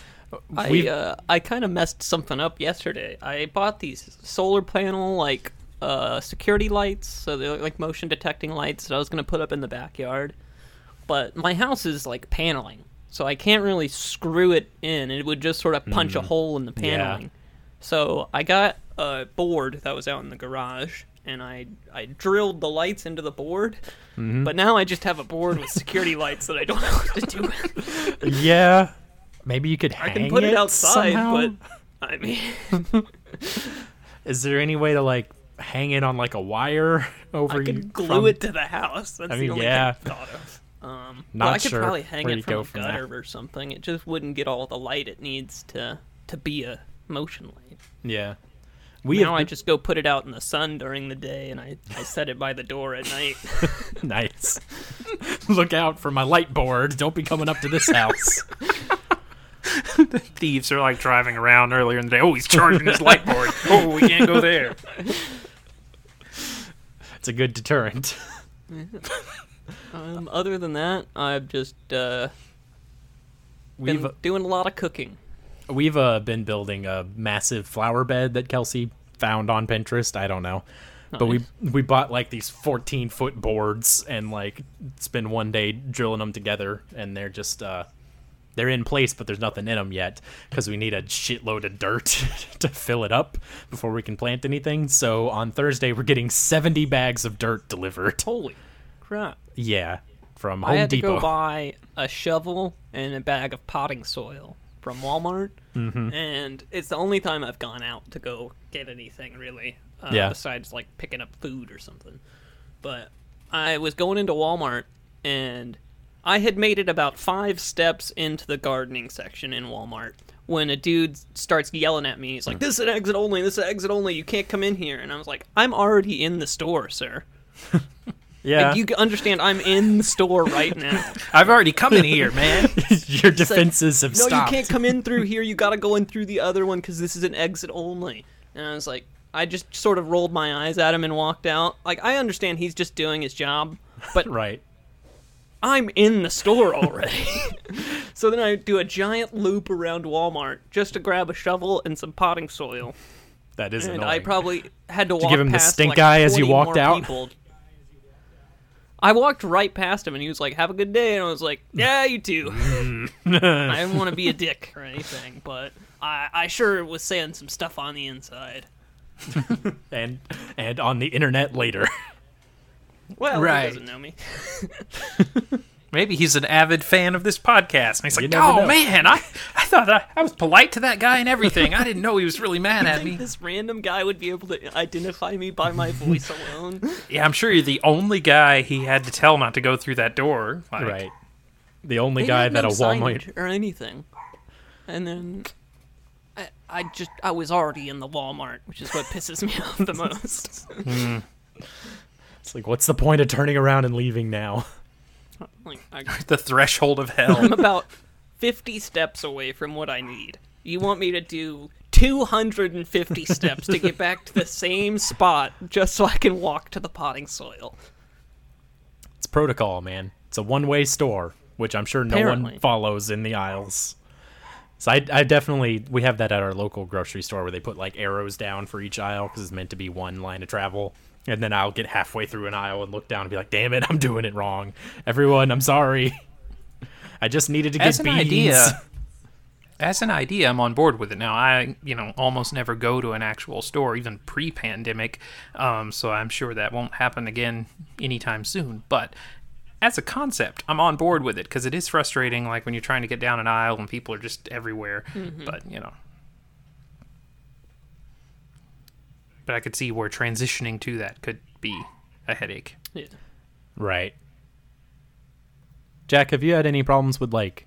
D: I
A: We've-
D: uh, I kind of messed something up yesterday. I bought these solar panel like uh, security lights, so they look like motion detecting lights that I was gonna put up in the backyard. But my house is like paneling, so I can't really screw it in. It would just sort of punch a hole in the paneling. So I got a board that was out in the garage, and I I drilled the lights into the board. But now I just have a board with security lights that I don't know what to do with.
A: yeah. Maybe you could hang
D: I can put it, outside,
A: somehow?
D: but I mean,
A: is there any way to like hang it on like a wire over
D: I
A: you
D: could glue
A: from-
D: it to the house. That's
A: I
D: the
A: mean,
D: only
A: yeah.
D: thing I thought of. Um,
A: Not
D: well, I could
A: sure
D: probably hang
A: where
D: it
A: you
D: from
A: go
D: a
A: from
D: gutter or something. It just wouldn't get all the light it needs to to be a motion light.
A: Yeah. We
D: now
A: have
D: I just go put it out in the sun during the day, and I, I set it by the door at night.
A: Nice. Look out for my light board. Don't be coming up to this house.
C: Thieves are like driving around earlier in the day. Oh, he's charging his light board. Oh, we can't go there.
A: It's a good deterrent.
D: um, other than that, I've just uh, been
A: We've uh,
D: doing a lot of cooking.
A: we've uh, been building a massive flower bed that Kelsey found on Pinterest. I don't know. But we we bought like these 14 foot boards and like it's been one day drilling them together and they're just uh they're in place but there's nothing in them yet because we need a shitload of dirt to fill it up before we can plant anything. So on Thursday we're getting 70 bags of dirt delivered.
D: Holy crap!
A: Yeah, from Home
D: I had
A: Depot.
D: to go buy a shovel and a bag of potting soil from Walmart,
A: Mm-hmm.
D: and it's the only time I've gone out to go get anything really, uh,
A: Yeah.
D: besides like picking up food or something. But I was going into Walmart, and I had made it about five steps into the gardening section in Walmart when a dude starts yelling at me. He's
A: Mm.
D: like, "This is an exit only. This is an exit only. You can't come in here." And I was like, "I'm already in the store, sir."
A: yeah,
D: Like, you understand? I'm in the store right now.
C: I've already come in here, man.
A: your defenses have
D: no,
A: stopped.
D: you can't come in through here. You got to go in through the other one because this is an exit only. And I was like, I just sort of rolled my eyes at him and walked out. Like, I understand he's just doing his job, but
A: Right.
D: I'm in the store already. so then I do a giant loop around Walmart just to grab a shovel and some potting soil.
A: That is
D: And
A: annoying.
D: I probably had to walk.
A: give him the
D: past,
A: stink
D: like,
A: eye as you
D: 20
A: walked
D: more
A: out?
D: people. I walked right past him, and he was like, "Have a good day," and I was like, "Yeah, you too." I didn't want to be a dick or anything, but I, I sure was saying some stuff on the inside.
A: and and on the internet later.
D: Well, he
C: Right.
D: doesn't know me.
C: Maybe he's an avid fan of this podcast, and he's like,
A: never
C: "Oh
A: know."
C: man, I, I thought I, I was polite to that guy and everything. I didn't know he was really mad at me."
D: This random guy would be able to identify me by my voice alone.
C: Yeah, I'm sure you're the only guy he had to tell not to go through that door. Like,
A: Right. The only
D: They
A: guy
D: had
A: that
D: no
A: a Walmart.
D: signage or anything. And then I, I just I was already in the Walmart, which is what pisses me off the most.
A: It's like, what's the point of turning around and leaving now?
D: like I,
C: The threshold of hell.
D: I'm about 50 steps away from what I need. You want me to do 250 steps to get back to the same spot just so I can walk to the potting soil.
A: It's protocol, man. It's a one-way store, which I'm sure no
D: Apparently.
A: one follows in the aisles. So I, I definitely we have that at our local grocery store where they put like arrows down for each aisle because it's meant to be one line of travel. And then I'll get halfway through an aisle and look down and be like, "Damn it, I'm doing it wrong." Everyone, I'm sorry. I just needed to get
C: as an
A: beans.
C: idea as an idea i'm on board with it now i you know almost never go to an actual store even pre-pandemic um, so i'm sure that won't happen again anytime soon but as a concept i'm on board with it because it is frustrating like when you're trying to get down an aisle and people are just everywhere but you know but i could see where transitioning to that could be a headache
D: Yeah.
A: Right. Jack, have you had any problems with like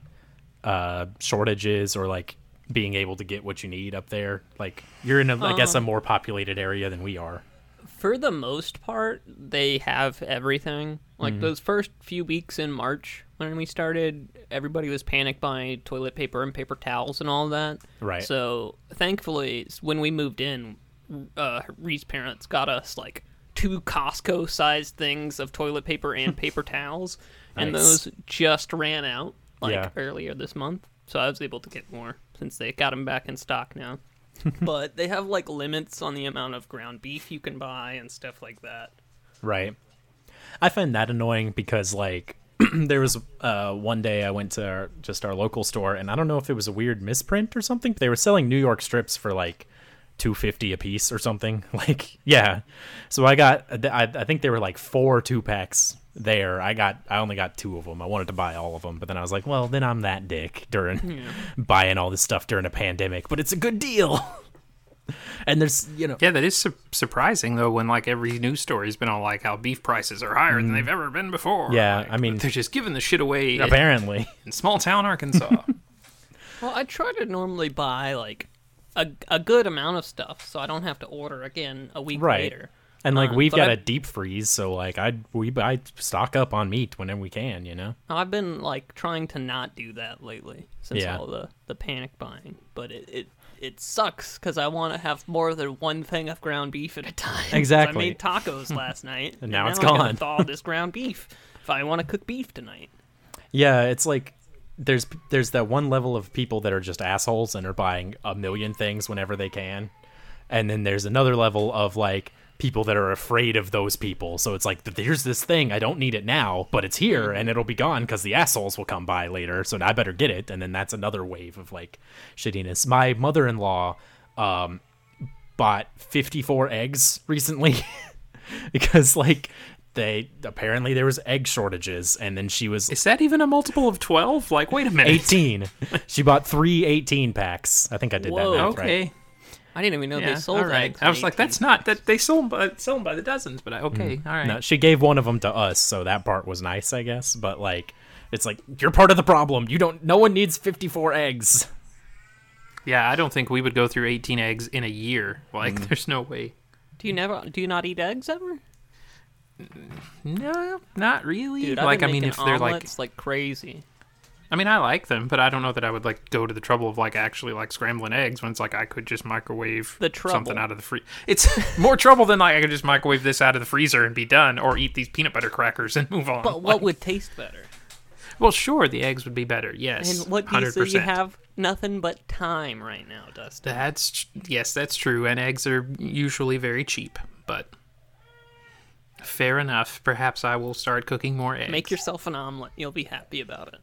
A: uh shortages or like being able to get what you need up there? Like you're in a, I guess a more populated area than we are.
D: For the most part, they have everything. Like
A: Mm.
D: those first few weeks in March when we started, everybody was panicked by toilet paper and paper towels and all that.
A: Right.
D: So thankfully, s- when we moved in, uh, Reese's parents got us like two Costco-sized things of toilet paper and paper towels, and
A: Nice.
D: those just ran out like
A: Yeah.
D: earlier this month. So I was able to get more since they got them back in stock now. but they have like limits on the amount of ground beef you can buy and stuff like that.
A: Right. I find that annoying because like there was uh, one day I went to our, just our local store and I don't know if it was a weird misprint or something, but they were selling New York strips for like 250 a piece or something. Like, yeah. So I got I, I think there were like four two packs there. I got I only got two of them. I wanted to buy all of them, but then I was like, well, then I'm that dick during buying all this stuff during a pandemic, but it's a good deal. and there's, you know,
C: Yeah, that is su- surprising though. When like every news story's been on like how beef prices are higher than they've ever been before.
A: Mm. Yeah,
C: Like,
A: I mean-
C: they're just giving the shit away in,
A: apparently.
C: in small town Arkansas.
D: Well, I try to normally buy like a, a good amount of stuff so I don't have to order again a week
A: Right.
D: later.
A: And like
D: Um,
A: we've
D: but
A: got
D: I-
A: a deep freeze, so like I we I stock up on meat whenever we can, you know.
D: I've been like trying to not do that lately since
A: Yeah.
D: all the, the panic buying, but it it, it sucks because I want to have more than one thing of ground beef at a time. 'Cause
A: Exactly.
D: I made tacos last night, and
A: now it's
D: I gotta
A: gone.
D: Thaw this ground beef if I want to cook beef tonight.
A: Yeah, it's like there's there's that one level of people that are just assholes and are buying a million things whenever they can, and then there's another level of like people that are afraid of those people. So it's like there's this thing I don't need it now, but it's here and it'll be gone because the assholes will come by later. So I better get it, and then that's another wave of like shittiness. My mother-in-law um, bought 54 eggs recently. because like they apparently there was egg shortages and then she was
C: is that even a multiple of twelve? Like, wait a minute.
A: 18. she bought three 18 packs. I think I did
D: Whoa.
A: that math
C: Okay.
A: right.
D: I didn't even know
C: Yeah.
D: they sold
C: all right.
D: eggs
C: I
D: in
C: was like,
D: 18.
C: that's not that they sold 'em by sell 'em by the dozens, but I, okay. All right.
A: Mm. No, she gave one of them to us, so that part was nice, I guess. But like, it's like you're part of the problem. You don't. No one needs 54 eggs.
C: Yeah, I don't think we would go through eighteen eggs in a year. Like,
A: Mm.
C: there's no way.
D: Do you never? Do you not eat eggs ever?
C: No, not really.
D: Dude, I've
C: like,
D: been
C: I mean, if
D: making
C: they're like
D: omelets like crazy.
C: I mean, I like them, but I don't know that I would like go to the trouble of like actually like scrambling eggs when it's like I could just microwave
D: The
C: something
D: trouble.
C: out of the free. It's more trouble than like I could just microwave this out of the freezer and be done, or eat these peanut butter crackers and move on.
D: But what would taste better?
C: well, sure, the eggs would be better. Yes,
D: And what do you
C: 100%.
D: say you have? Nothing but time right now, Dustin.
C: That's tr- yes, that's true, and eggs are usually very cheap, but. Fair enough. Perhaps I will start cooking more eggs.
D: Make yourself an omelet. You'll be happy about it.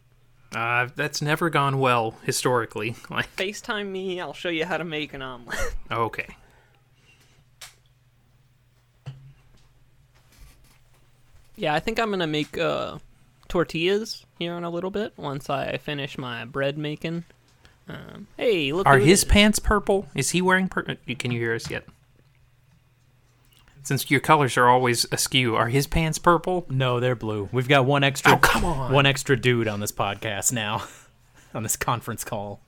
C: Uh, that's never gone well historically. Like,
D: FaceTime me. I'll show you how to make an omelet.
C: okay.
D: yeah, I think I'm gonna make uh, tortillas here in a little bit once I finish my bread making. Um, hey, look.
C: Are
D: who it
C: his
D: is.
C: pants purple? Is he wearing purple? Can you hear us yet? Since your colors are always askew, are his pants purple?
A: No, they're blue. We've got one extra.
C: Oh, come on.
A: One extra dude on this podcast now, on this conference call.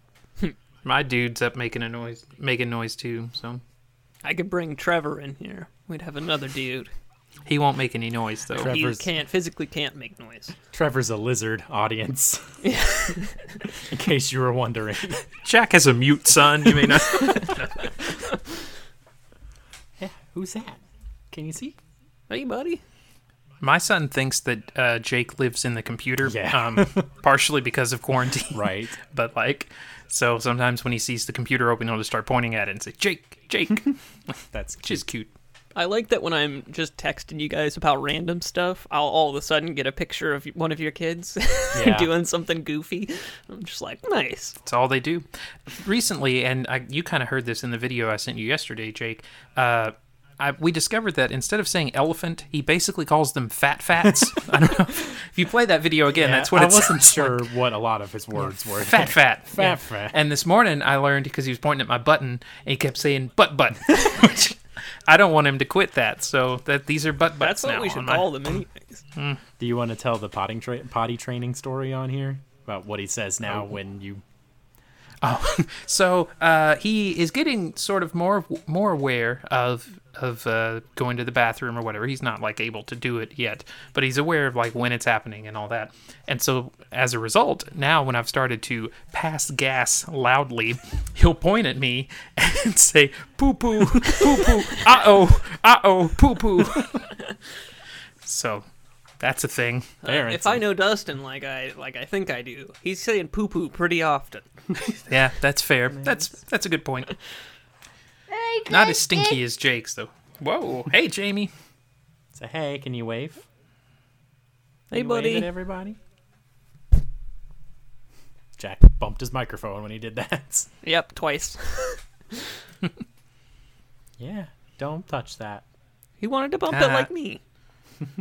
C: My dude's up making a noise, making noise too. So
D: I could bring Trevor in here. We'd have another dude.
C: he won't make any noise though.
A: Trevor. Trevor's-
D: He can't physically can't make noise.
A: Trevor's a lizard audience. In case you were wondering.
C: Jack has a mute son. You may not.
A: Who's that? Can you see?
D: Hey, buddy.
C: My son thinks that uh, Jake lives in the computer,
A: Yeah.
C: um, partially because of quarantine.
A: Right.
C: But like, so sometimes when he sees the computer open, he'll just start pointing at it and say, "Jake, Jake,"
A: That's
C: which is cute.
D: I like that when I'm just texting you guys about random stuff, I'll all of a sudden get a picture of one of your kids
A: Yeah.
D: doing something goofy. I'm just like, nice.
C: It's all they do. Recently, and I, you kind of heard this in the video I sent you yesterday, Jake. Uh, I, we discovered that instead of saying elephant, he basically calls them fat fats. I don't know if you play that video again. that's what
A: I
C: it
A: wasn't
C: sounds like.
A: sure what a lot of his words were.
C: Fat fat fat
A: fat.
C: And this morning I learned because he was pointing at my button and he kept saying butt butt. which I don't want him to quit that. So that these are butt butts
D: That's what
C: now
D: we
C: on
D: should
C: my-
D: call them, anyways.
A: Do you want to tell the potting tra- potty training story on here about what he says
D: Oh.
A: now when you?
C: So uh, he is getting sort of more more aware of of uh, going to the bathroom or whatever. He's not like able to do it yet, but he's aware of like when it's happening and all that. And so as a result, now when I've started to pass gas loudly, he'll point at me and say poo poo poo poo uh oh uh oh poo poo. so that's a thing.
A: Parents,
D: Uh, If I know Dustin like I like I think I do, he's saying poo poo pretty often.
C: Yeah, that's fair. That's that's a good point. Not as stinky as Jake's though. Whoa, hey Jamie.
A: say, hey, can you wave? Can
D: Hey,
A: you wave
D: buddy.
A: at everybody. Jack bumped his microphone when he did that.
D: Yep, twice.
A: yeah, don't touch that.
D: He wanted to bump it
A: Uh-huh.
C: Ah.
D: like me.
C: I'm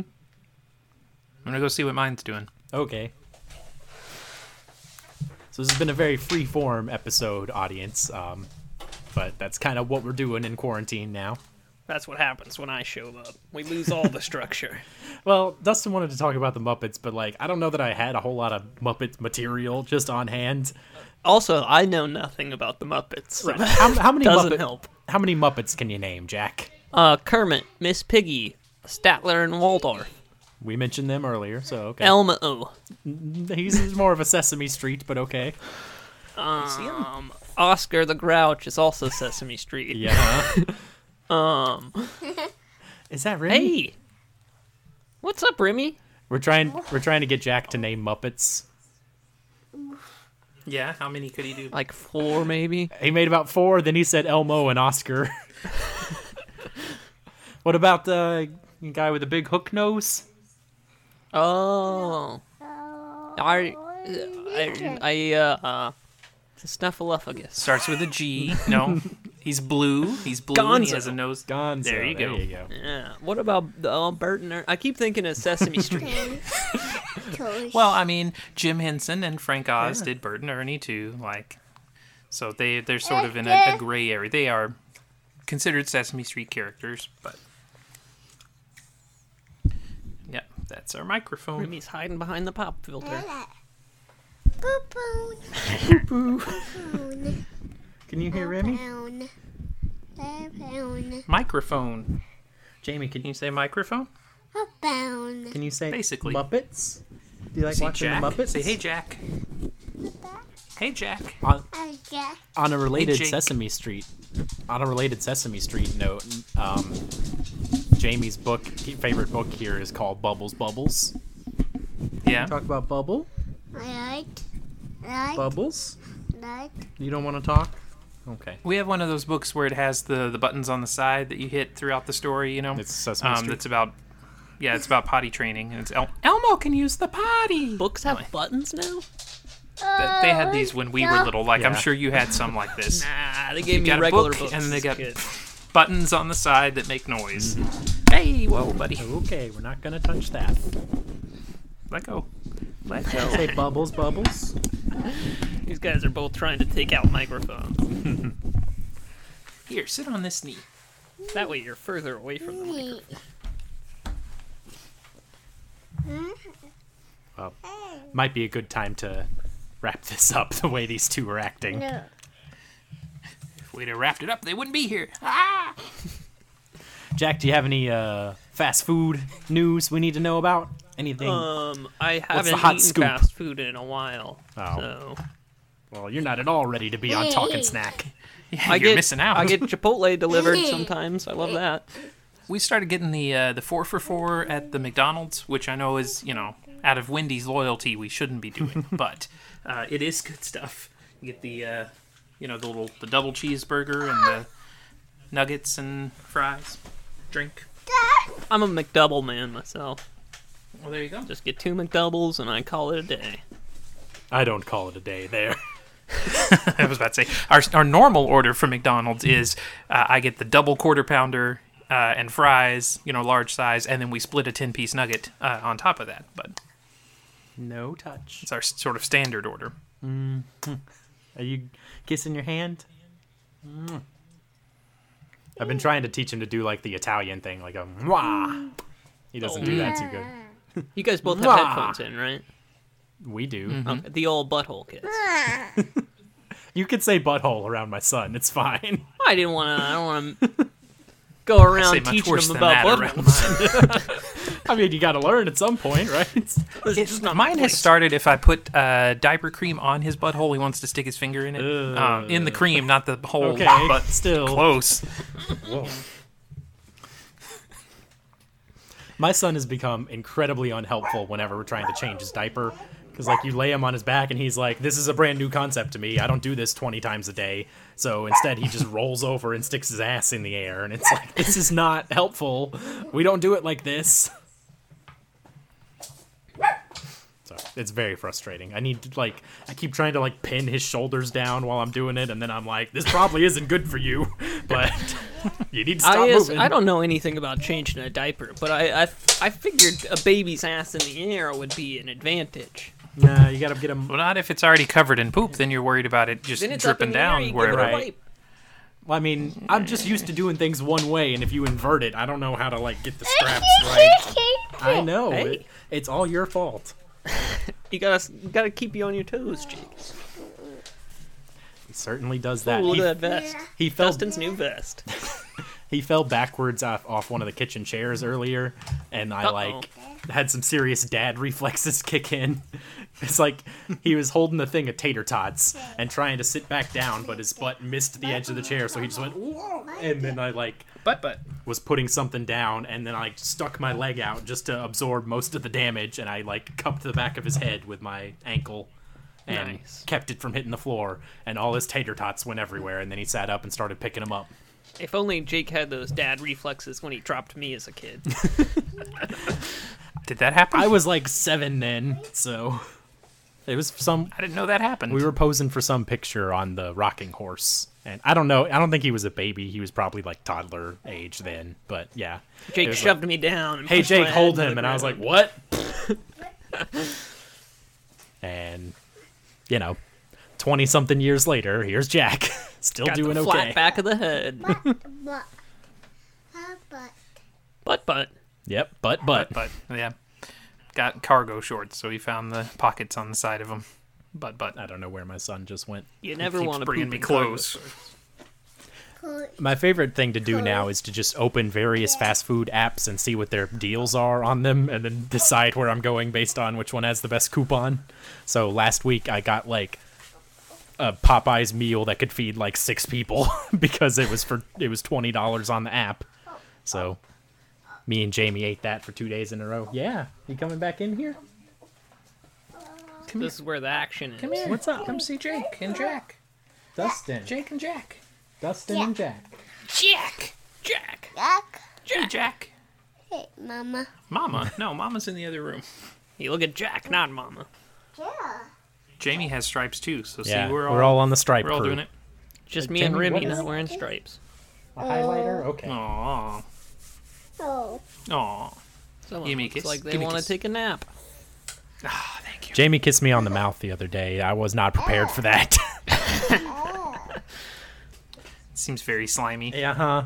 C: gonna go see what mine's doing.
A: Okay. So this has been a very free form episode, audience. Um, but that's kind of what we're doing in quarantine now.
D: That's what happens when I show up. We lose all the structure.
A: Well, Dustin wanted to talk about the Muppets, but like I don't know that I had a whole lot of Muppet material just on hand.
D: Also, I know nothing about the Muppets. so that
A: How, how many
D: doesn't
A: Muppet-
D: help.
A: How many Muppets can you name, Jack?
D: Uh, Kermit, Miss Piggy, Statler, and Waldorf.
A: We mentioned them earlier, so okay.
D: Elmo,
A: He's more of a Sesame Street, but okay.
D: um, Oscar the Grouch is also Sesame Street.
A: Yeah. um.
C: Um.
A: Is that Remy?
D: Hey, what's up, Remy?
A: We're trying. We're trying to get Jack to name Muppets.
C: Yeah, how many could he do?
D: Like four, maybe.
A: He made about four. Then he said Elmo and Oscar. what about the guy with the big hook nose?
D: Oh, I, I, I, uh, uh Snuffleupagus.
C: Starts with a G. No, he's blue. He's blue. And he
D: Gonzo.
C: has a nose.
A: Gonzo.
C: There you go.
A: There you go.
D: Yeah. What about the uh, Bert and Ern- I keep thinking of Sesame Street.
C: Well, I mean, Jim Henson and Frank Oz did Bert and Ernie too. Like, so they they're sort of in a, a gray area. They are considered Sesame Street characters, but yeah, that's our microphone.
D: Remy's hiding behind the pop filter.
G: Poo-poo. Poo-poo.
A: Can you hear Remy?
G: Pound. Pound.
C: Microphone.
A: Jamie, can
C: Can
A: you
C: you say microphone?
G: Pound.
A: can you say
C: Basically.
A: Muppets? Do you like
C: Say
A: watching
C: Jack.
A: the Muppets?
C: Say hey Jack. Hey Jack.
G: I get
A: on a related
C: Jake.
A: Sesame Street, on a related Sesame Street note, um, Jamie's book favorite book here is called Bubbles Bubbles.
C: Yeah.
A: Talk about bubble
G: light. Light.
A: bubbles.
G: Light.
A: You don't want to talk. Okay.
C: We have one of those books where it has the the buttons on the side that you hit throughout the story. You know, Um,
A: It's Sesame Street.
C: That's about yeah, it's about potty training, and it's El- Elmo can use the potty.
D: Books have buttons now.
C: Th- They had these when we were little. Like I'm
A: Yeah.
C: sure you had some like this.
D: Nah, they gave
C: You
D: me
C: got a
D: regular
C: book,
D: books.
C: and they
D: as a
C: got-
D: kid.
C: Buttons on the side that make Mm-hmm. noise. Hey, whoa, buddy,
A: Okay, we're not gonna touch that.
C: let go.
D: Let go.
A: Say bubbles, bubbles.
D: These guys are both trying to take out microphones.
C: Here, sit on this knee.
D: That way you're further away from them.
G: Neat.
A: Well, might be a good time to wrap this up the way these two are acting.
G: No.
C: If we'd have wrapped it up, they wouldn't be here. Ah,
A: Jack, do you have any uh, fast food news we need to know about? Anything?
D: Um, I haven't
A: the hot
D: eaten
A: scoop?
D: fast food in a while,
A: Oh.
D: so
A: well, you're not at all ready to be on Talking Snack.
C: Yeah,
D: I
C: you're
D: get
C: missing out.
D: I get Chipotle delivered sometimes. I love that.
C: we started getting the uh, the four for four at the McDonald's, which I know is you know out of Wendy's loyalty we shouldn't be doing, but uh, it is good stuff. You get the uh, you know the little the double cheeseburger and the nuggets and fries, drink.
D: I'm a McDouble man myself.
C: Well, there you go.
D: Just get two McDoubles and I call it a day.
A: I don't call it a day there.
C: I was about to say our our normal order from McDonald's is uh, I get the double quarter pounder uh, and fries, you know, large size, and then we split a ten piece nugget uh, on top of that. But
A: No touch.
C: it's our s- sort of standard order.
A: Are you kissing your hand? I've been trying to teach him to do like the Italian thing, like a mwah. He doesn't do that too good.
D: You guys both have
A: Mwah.
D: headphones in, right?
A: We do.
C: Mm-hmm.
D: Okay, the old butthole kiss.
A: You could say butthole around my son. It's fine.
D: I didn't want to. I don't want to go
C: Say
D: around
C: much
D: teaching
C: worse
D: them
C: than
D: about
C: that
D: buttholes.
C: around mine.
A: I mean, you got to learn at some point, right?
C: It's- mine has started if I put uh, diaper cream on his butthole, he wants to stick his finger in it.
A: Ugh.
C: Um, in the cream, not the hole,
A: Okay,
C: but
A: still.
C: close.
A: My son has become incredibly unhelpful whenever we're trying to change his diaper. Because, like, you lay him on his back and he's like, this is a brand new concept to me. I don't do this 20 times a day. So instead, he just rolls over and sticks his ass in the air. And it's like, this is not helpful. We don't do it like this. So it's very frustrating. I need to, like, I keep trying to, like, pin his shoulders down while I'm doing it. And then I'm like, this probably isn't good for you. But you need to stop
D: I, is,
A: moving.
D: I don't know anything about changing a diaper, but I, I I figured a baby's ass in the air would be an advantage.
A: Nah, you gotta get him
C: Well, not if it's already covered in poop. Then you're worried about it just
D: Then it's up in
C: dripping
D: the
C: down
D: air, you
C: wherever.
D: Give it a
A: Right.
D: wipe.
A: Well, I mean, I'm just used to doing things one way, and if you invert it, I don't know how to like get the straps right. I know
D: Hey.
A: it- it's all your fault.
D: You gotta you gotta keep you on your toes, Jake.
A: He certainly does that.
D: Ooh, look
A: he,
D: at that vest.
A: he fell.
D: Dustin's new vest.
A: He fell backwards off, off one of the kitchen chairs earlier, and I
D: Uh-oh.
A: like had some serious dad reflexes kick in. It's like he was holding the thing of tater tots and trying to sit back down, but his butt missed the edge of the chair, so he just went whoa, and then I like
C: But but
A: was putting something down and then I stuck my leg out just to absorb most of the damage and I like cupped the back of his head with my ankle and
D: Nice.
A: kept it from hitting the floor and all his tater tots went everywhere and then he sat up and started picking them up.
D: If only Jake had those dad reflexes when he dropped me as a kid.
C: did that happen?
A: I was like 7 then, so it was some
C: I didn't know that happened.
A: we were posing for some picture on the rocking horse and I don't know, I don't think he was a baby, he was probably like toddler age then, but yeah. It
D: Jake
A: was
D: shoved me down. And
A: hey
D: pushed my
A: Jake,
D: head
A: hold
D: to the
A: him. And I was like,
D: ground.
A: what? and, you know, 20 something years later, here's Jack, still
D: Got
A: doing
D: the flat
A: okay.
D: back of the head.
G: But, uh, but,
D: But but
A: Yep, but, but.
C: but yeah, got cargo shorts, so he found the pockets on the side of them. But but
A: I don't know where my son just went.
D: you never
C: keeps
D: want to
C: bringing me clothes.
G: cool.
A: My favorite thing to do now is to just open various fast food apps and see what their deals are on them and then decide where I'm going based on which one has the best coupon. So last week I got like a Popeyes meal that could feed like six people because it was for it was twenty dollars on the app. So me and Jamie ate that for two days in a row. Yeah. You coming back in here?
D: This is where the action is.
A: What's up?
C: Come see Jake and Jack.
A: Dustin.
C: Jake and Jack.
A: Dustin and Jack.
C: Jack. Jack.
G: Jack,
C: Jack. Jack.
G: hey, Mama.
C: Mama. No, Mama's in the other room.
D: You look at Jack, not Mama.
G: Yeah.
C: Jamie has stripes too, so
A: Yeah,
C: see,
A: we're
C: we're
A: all,
C: all, we're all,
A: on the stripe. crew.
C: doing it.
D: Just me and
A: Jamie,
D: Remy
A: what is-
D: not wearing stripes.
A: A highlighter? Okay.
C: Aww.
G: Oh,
C: Aww.
D: Someone
C: Gimme a
D: looks
C: kiss,
D: like they
C: gimme a
D: want
C: kiss.
D: to take a nap.
C: Ah, thank you.
A: Jamie kissed me on the mouth the other day. I was not prepared for that.
C: Seems very slimy.
A: yeah, huh?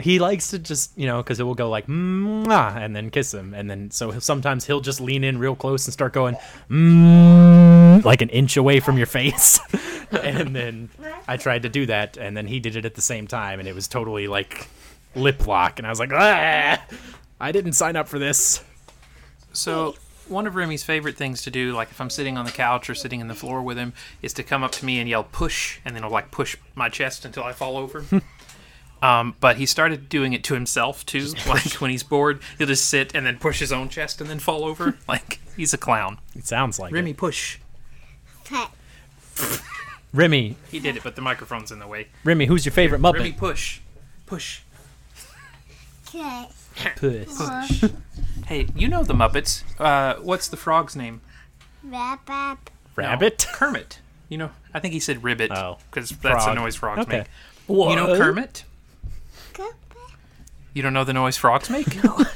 A: He likes to just, you know, because it will go like, Mwah, and then kiss him. And then, so he'll- sometimes he'll just lean in real close and start going, "Mm," like an inch away from your face. and then I tried to do that, and then he did it at the same time, and it was totally like lip lock. And I was like, ah, I didn't sign up for this.
C: So one of Remy's favorite things to do, like if I'm sitting on the couch or sitting on the floor with him, is to come up to me and yell "push," and then he'll like push my chest until I fall over. um, but he started doing it to himself too. Like when he's bored, he'll just sit and then push his own chest and then fall over. like he's a clown.
A: It sounds like
C: Remy,
A: It.
C: push.
G: Pet.
A: Remy,
C: He did it, but the microphone's in the way.
A: Remy, who's your favorite Muppet?
C: Remy, push, push.
G: Cat.
A: Puss.
C: Hey, you know the Muppets. Uh, what's the frog's name?
G: Wrap up.
A: Rabbit?
C: Kermit. You know, I think he said ribbit.
A: Oh.
C: because that's the
A: Frog.
C: noise frogs
A: Okay.
C: make. You know Kermit.
G: Cup.
C: You don't know the noise frogs make?
G: Thank.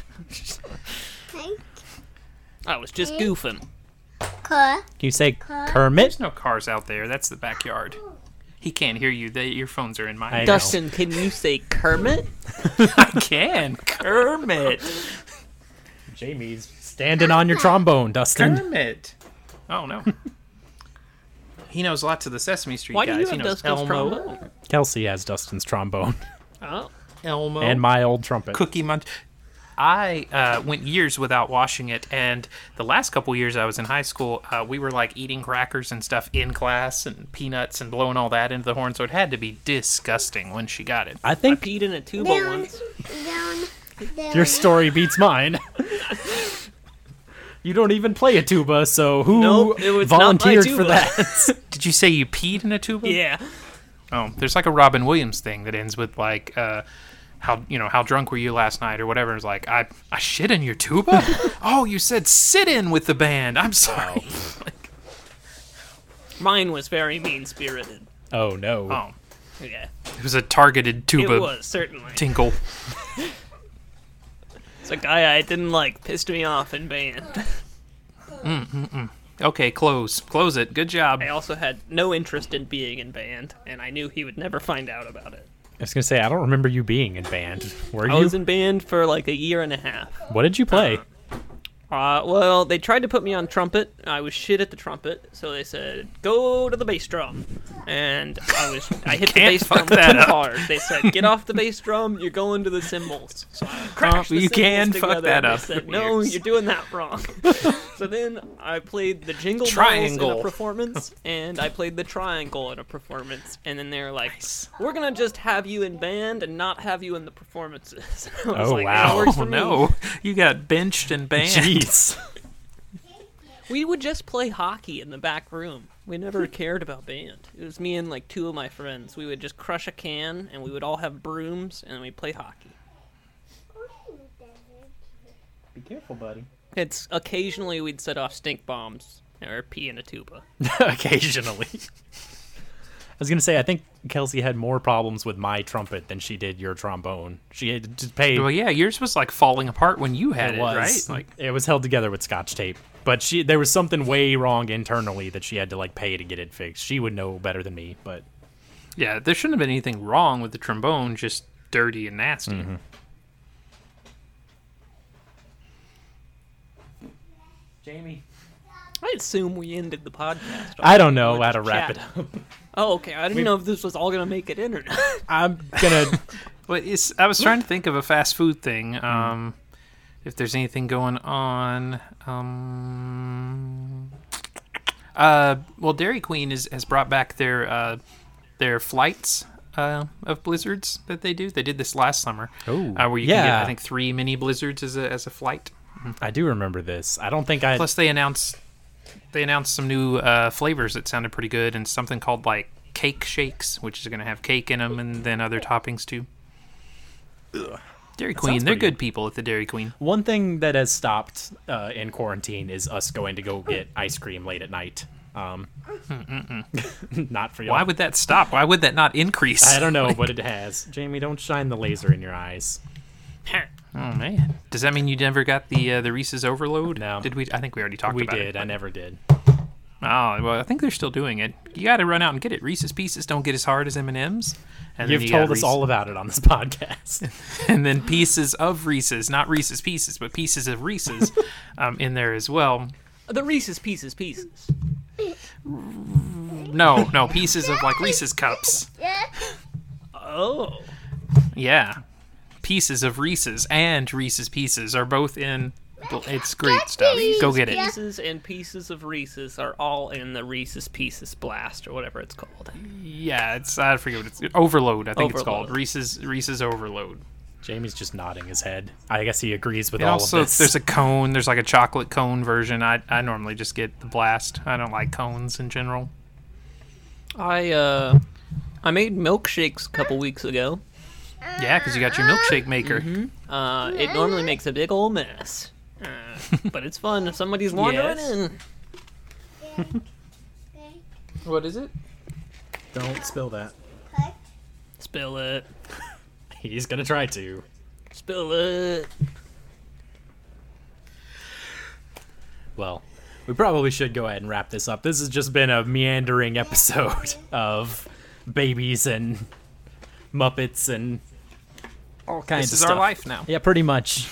D: I was just goofing.
G: Cup.
A: Can you say Kermit?
C: There's no cars out there. That's the backyard. He can't hear you. The earphones are in
A: I
C: my.
A: know.
D: Dustin, can you say Kermit?
C: I can. Kermit.
A: Jamie's standing on your trombone, Dustin.
C: Kermit. Oh no. He knows lots of the Sesame Street
D: Why do
C: guys.
D: you
C: he
D: have
C: knows
D: Dustin's
C: Elmo,
D: trombone?
A: Kelsey has Dustin's trombone
D: Oh,
C: Elmo,
A: and my old trumpet.
C: Cookie Munch. I uh, went years without washing it, and the last couple years I was in high school, uh, we were like eating crackers and stuff in class, and peanuts and blowing all that into the horn, so it had to be disgusting when she got it.
A: I
D: I
A: think
D: peed in a tuba
G: Down.
D: once.
G: Down. Down.
A: your story beats mine. you don't even play a tuba, so who
D: Nope, it was not my
A: volunteered for
D: tuba.
A: that?
C: Did you say you peed in a tuba?
D: Yeah.
C: Oh, there's like a Robin Williams thing that ends with like, uh, how you know how drunk were you last night or whatever. It's like I I shit in your tuba. oh, you said sit in with the band. I'm sorry.
D: Oh. Mine was very mean spirited.
A: oh no.
C: Oh,
D: Yeah.
C: it was a targeted
D: It
C: tuba
D: was, certainly.
C: tinkle.
D: It's a guy I didn't like, pissed me off in band.
C: Okay, close, close it. Good job.
D: I also had no interest in being in band, and I knew he would never find out about it.
A: I was gonna say I don't remember you being in band. Were
D: I
A: you?
D: was in band for like a year and a half.
A: What did you play?
D: Uh, well, they tried to put me on trumpet. I was shit at the trumpet, so they said go to the bass drum, and I was I hit the
C: can't
D: bass drum
C: fuck that
D: too
C: up.
D: hard. They said get off the bass drum, you're going to the cymbals. So I crashed.
C: Oh,
D: the
C: you
D: cymbals
C: can fuck
D: together,
C: that
D: and they
C: up.
D: Said, no,
C: Weird.
D: you're doing that wrong. so then I played the jingle balls in
C: Triangle.
D: a performance, and I played the triangle in a performance, and then they were like, we're gonna just have you in band and not have you in the performances. I was
A: Oh,
D: like,
A: wow.
D: That works
C: Oh
D: for me.
C: no, you got benched and banned.
A: Jeez.
D: We would just play hockey in the back room. We never cared about band. It was me and like two of my friends. We would just crush a can and we would all have brooms and we play hockey.
A: Be careful, buddy.
D: It's occasionally we'd set off stink bombs or pee in a tuba.
A: Occasionally. I was gonna say I think Kelsey had more problems with my trumpet than she did your trombone. She had to pay
C: Well, yeah, yours was like falling apart when you had it,
A: it was
C: right? Like,
A: it was held together with scotch tape but she there was something way wrong internally that she had to like pay to get it fixed she would know better than me but
C: yeah, there shouldn't have been anything wrong with the trombone, just dirty and nasty.
D: Mm-hmm.
A: jamie
D: I assume we ended the podcast. on
A: i don't know
D: with
A: how to wrap
D: chat.
A: it up
D: Oh, okay. I didn't know if this was all gonna make it in or not.
A: i'm gonna
C: Well, it's, I was trying to think of a fast food thing. Um, If there's anything going on, um, uh, well, Dairy Queen is, has brought back their uh, their flights uh, of blizzards that they do. They did this last summer.
A: Ooh.
C: uh, where you can get
A: Yeah.
C: I think three mini blizzards as a as a flight.
A: i do remember this i don't think i
C: Plus, they announced they announced some new uh, flavors that sounded pretty good, and something called like cake shakes, which is going to have cake in them, and then other toppings too. Dairy Queen,
A: sounds
C: they're
A: pretty-
C: good people at the Dairy Queen.
A: one thing that has stopped uh, in quarantine is us going to go get ice cream late at night um not for y'all
C: Why would that stop? Why would that not increase?
A: i don't know but it has jamie don't shine the laser in your eyes
C: Oh man, does that mean you never got the uh, the Reese's Overload?
A: No.
C: Did we? I think we already talked
A: We
C: about
A: did.
C: it.
A: I never did.
C: Oh well, I think they're still doing it. You got to run out and get it. Reese's Pieces don't get as hard as M and M's. And then
A: You've
C: you got
A: told us
C: Reese-
A: all about it on this podcast.
C: and then pieces of Reese's, not Reese's Pieces, but pieces of Reese's, um, in there as well.
D: The Reese's Pieces Pieces.
C: No, no, pieces of like Reese's cups.
D: Oh.
C: Yeah, pieces of Reese's and Reese's Pieces are both in. It's great stuff. Go get it.
D: Pieces and pieces of Reese's are all in the Reese's Pieces Blast or whatever it's called.
C: Yeah, it's I forget what it's Overload. I think it's called
D: Overload.
C: Reese's Reese's Overload.
A: Jamie's just nodding his head. I guess he agrees with
C: And
A: all
C: also,
A: of this.
C: there's a cone. There's like a chocolate cone version. I I normally just get the blast. I don't like cones in general.
D: I uh I made milkshakes a couple weeks ago.
C: Yeah, because you got your milkshake maker.
D: Uh it normally makes a big old mess. Uh, but it's fun if somebody's wandering
C: Yes.
D: in. What is it?
A: Don't spill that.
D: Spill it.
A: He's gonna try to.
D: Spill it.
A: Well, we probably should go ahead and wrap this up. This has just been a meandering episode of babies and Muppets and all kinds
C: This
A: of
C: is
A: stuff.
C: our life now.
A: Yeah, pretty much.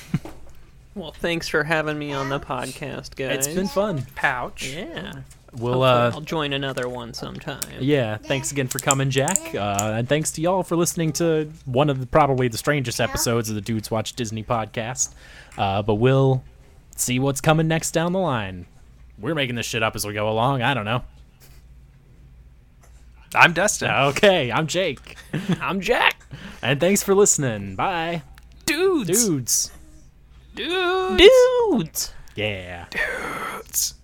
D: Well, thanks for having me on the podcast, guys.
A: It's been fun.
C: Pouch.
D: yeah.
A: We'll uh
D: I'll join another one sometime.
A: yeah, thanks again for coming, Jack. Uh, and thanks to y'all for listening to one of the, probably the strangest episodes of the Dudes Watch Disney podcast. Uh, but we'll see what's coming next down the line. We're making this shit up as we go along. I don't know.
C: I'm Dustin.
A: Okay, I'm Jake.
D: I'm Jack.
A: And thanks for listening. Bye.
C: Dudes.
A: Dudes.
C: Dudes.
D: Dudes.
A: Yeah.
C: Dudes.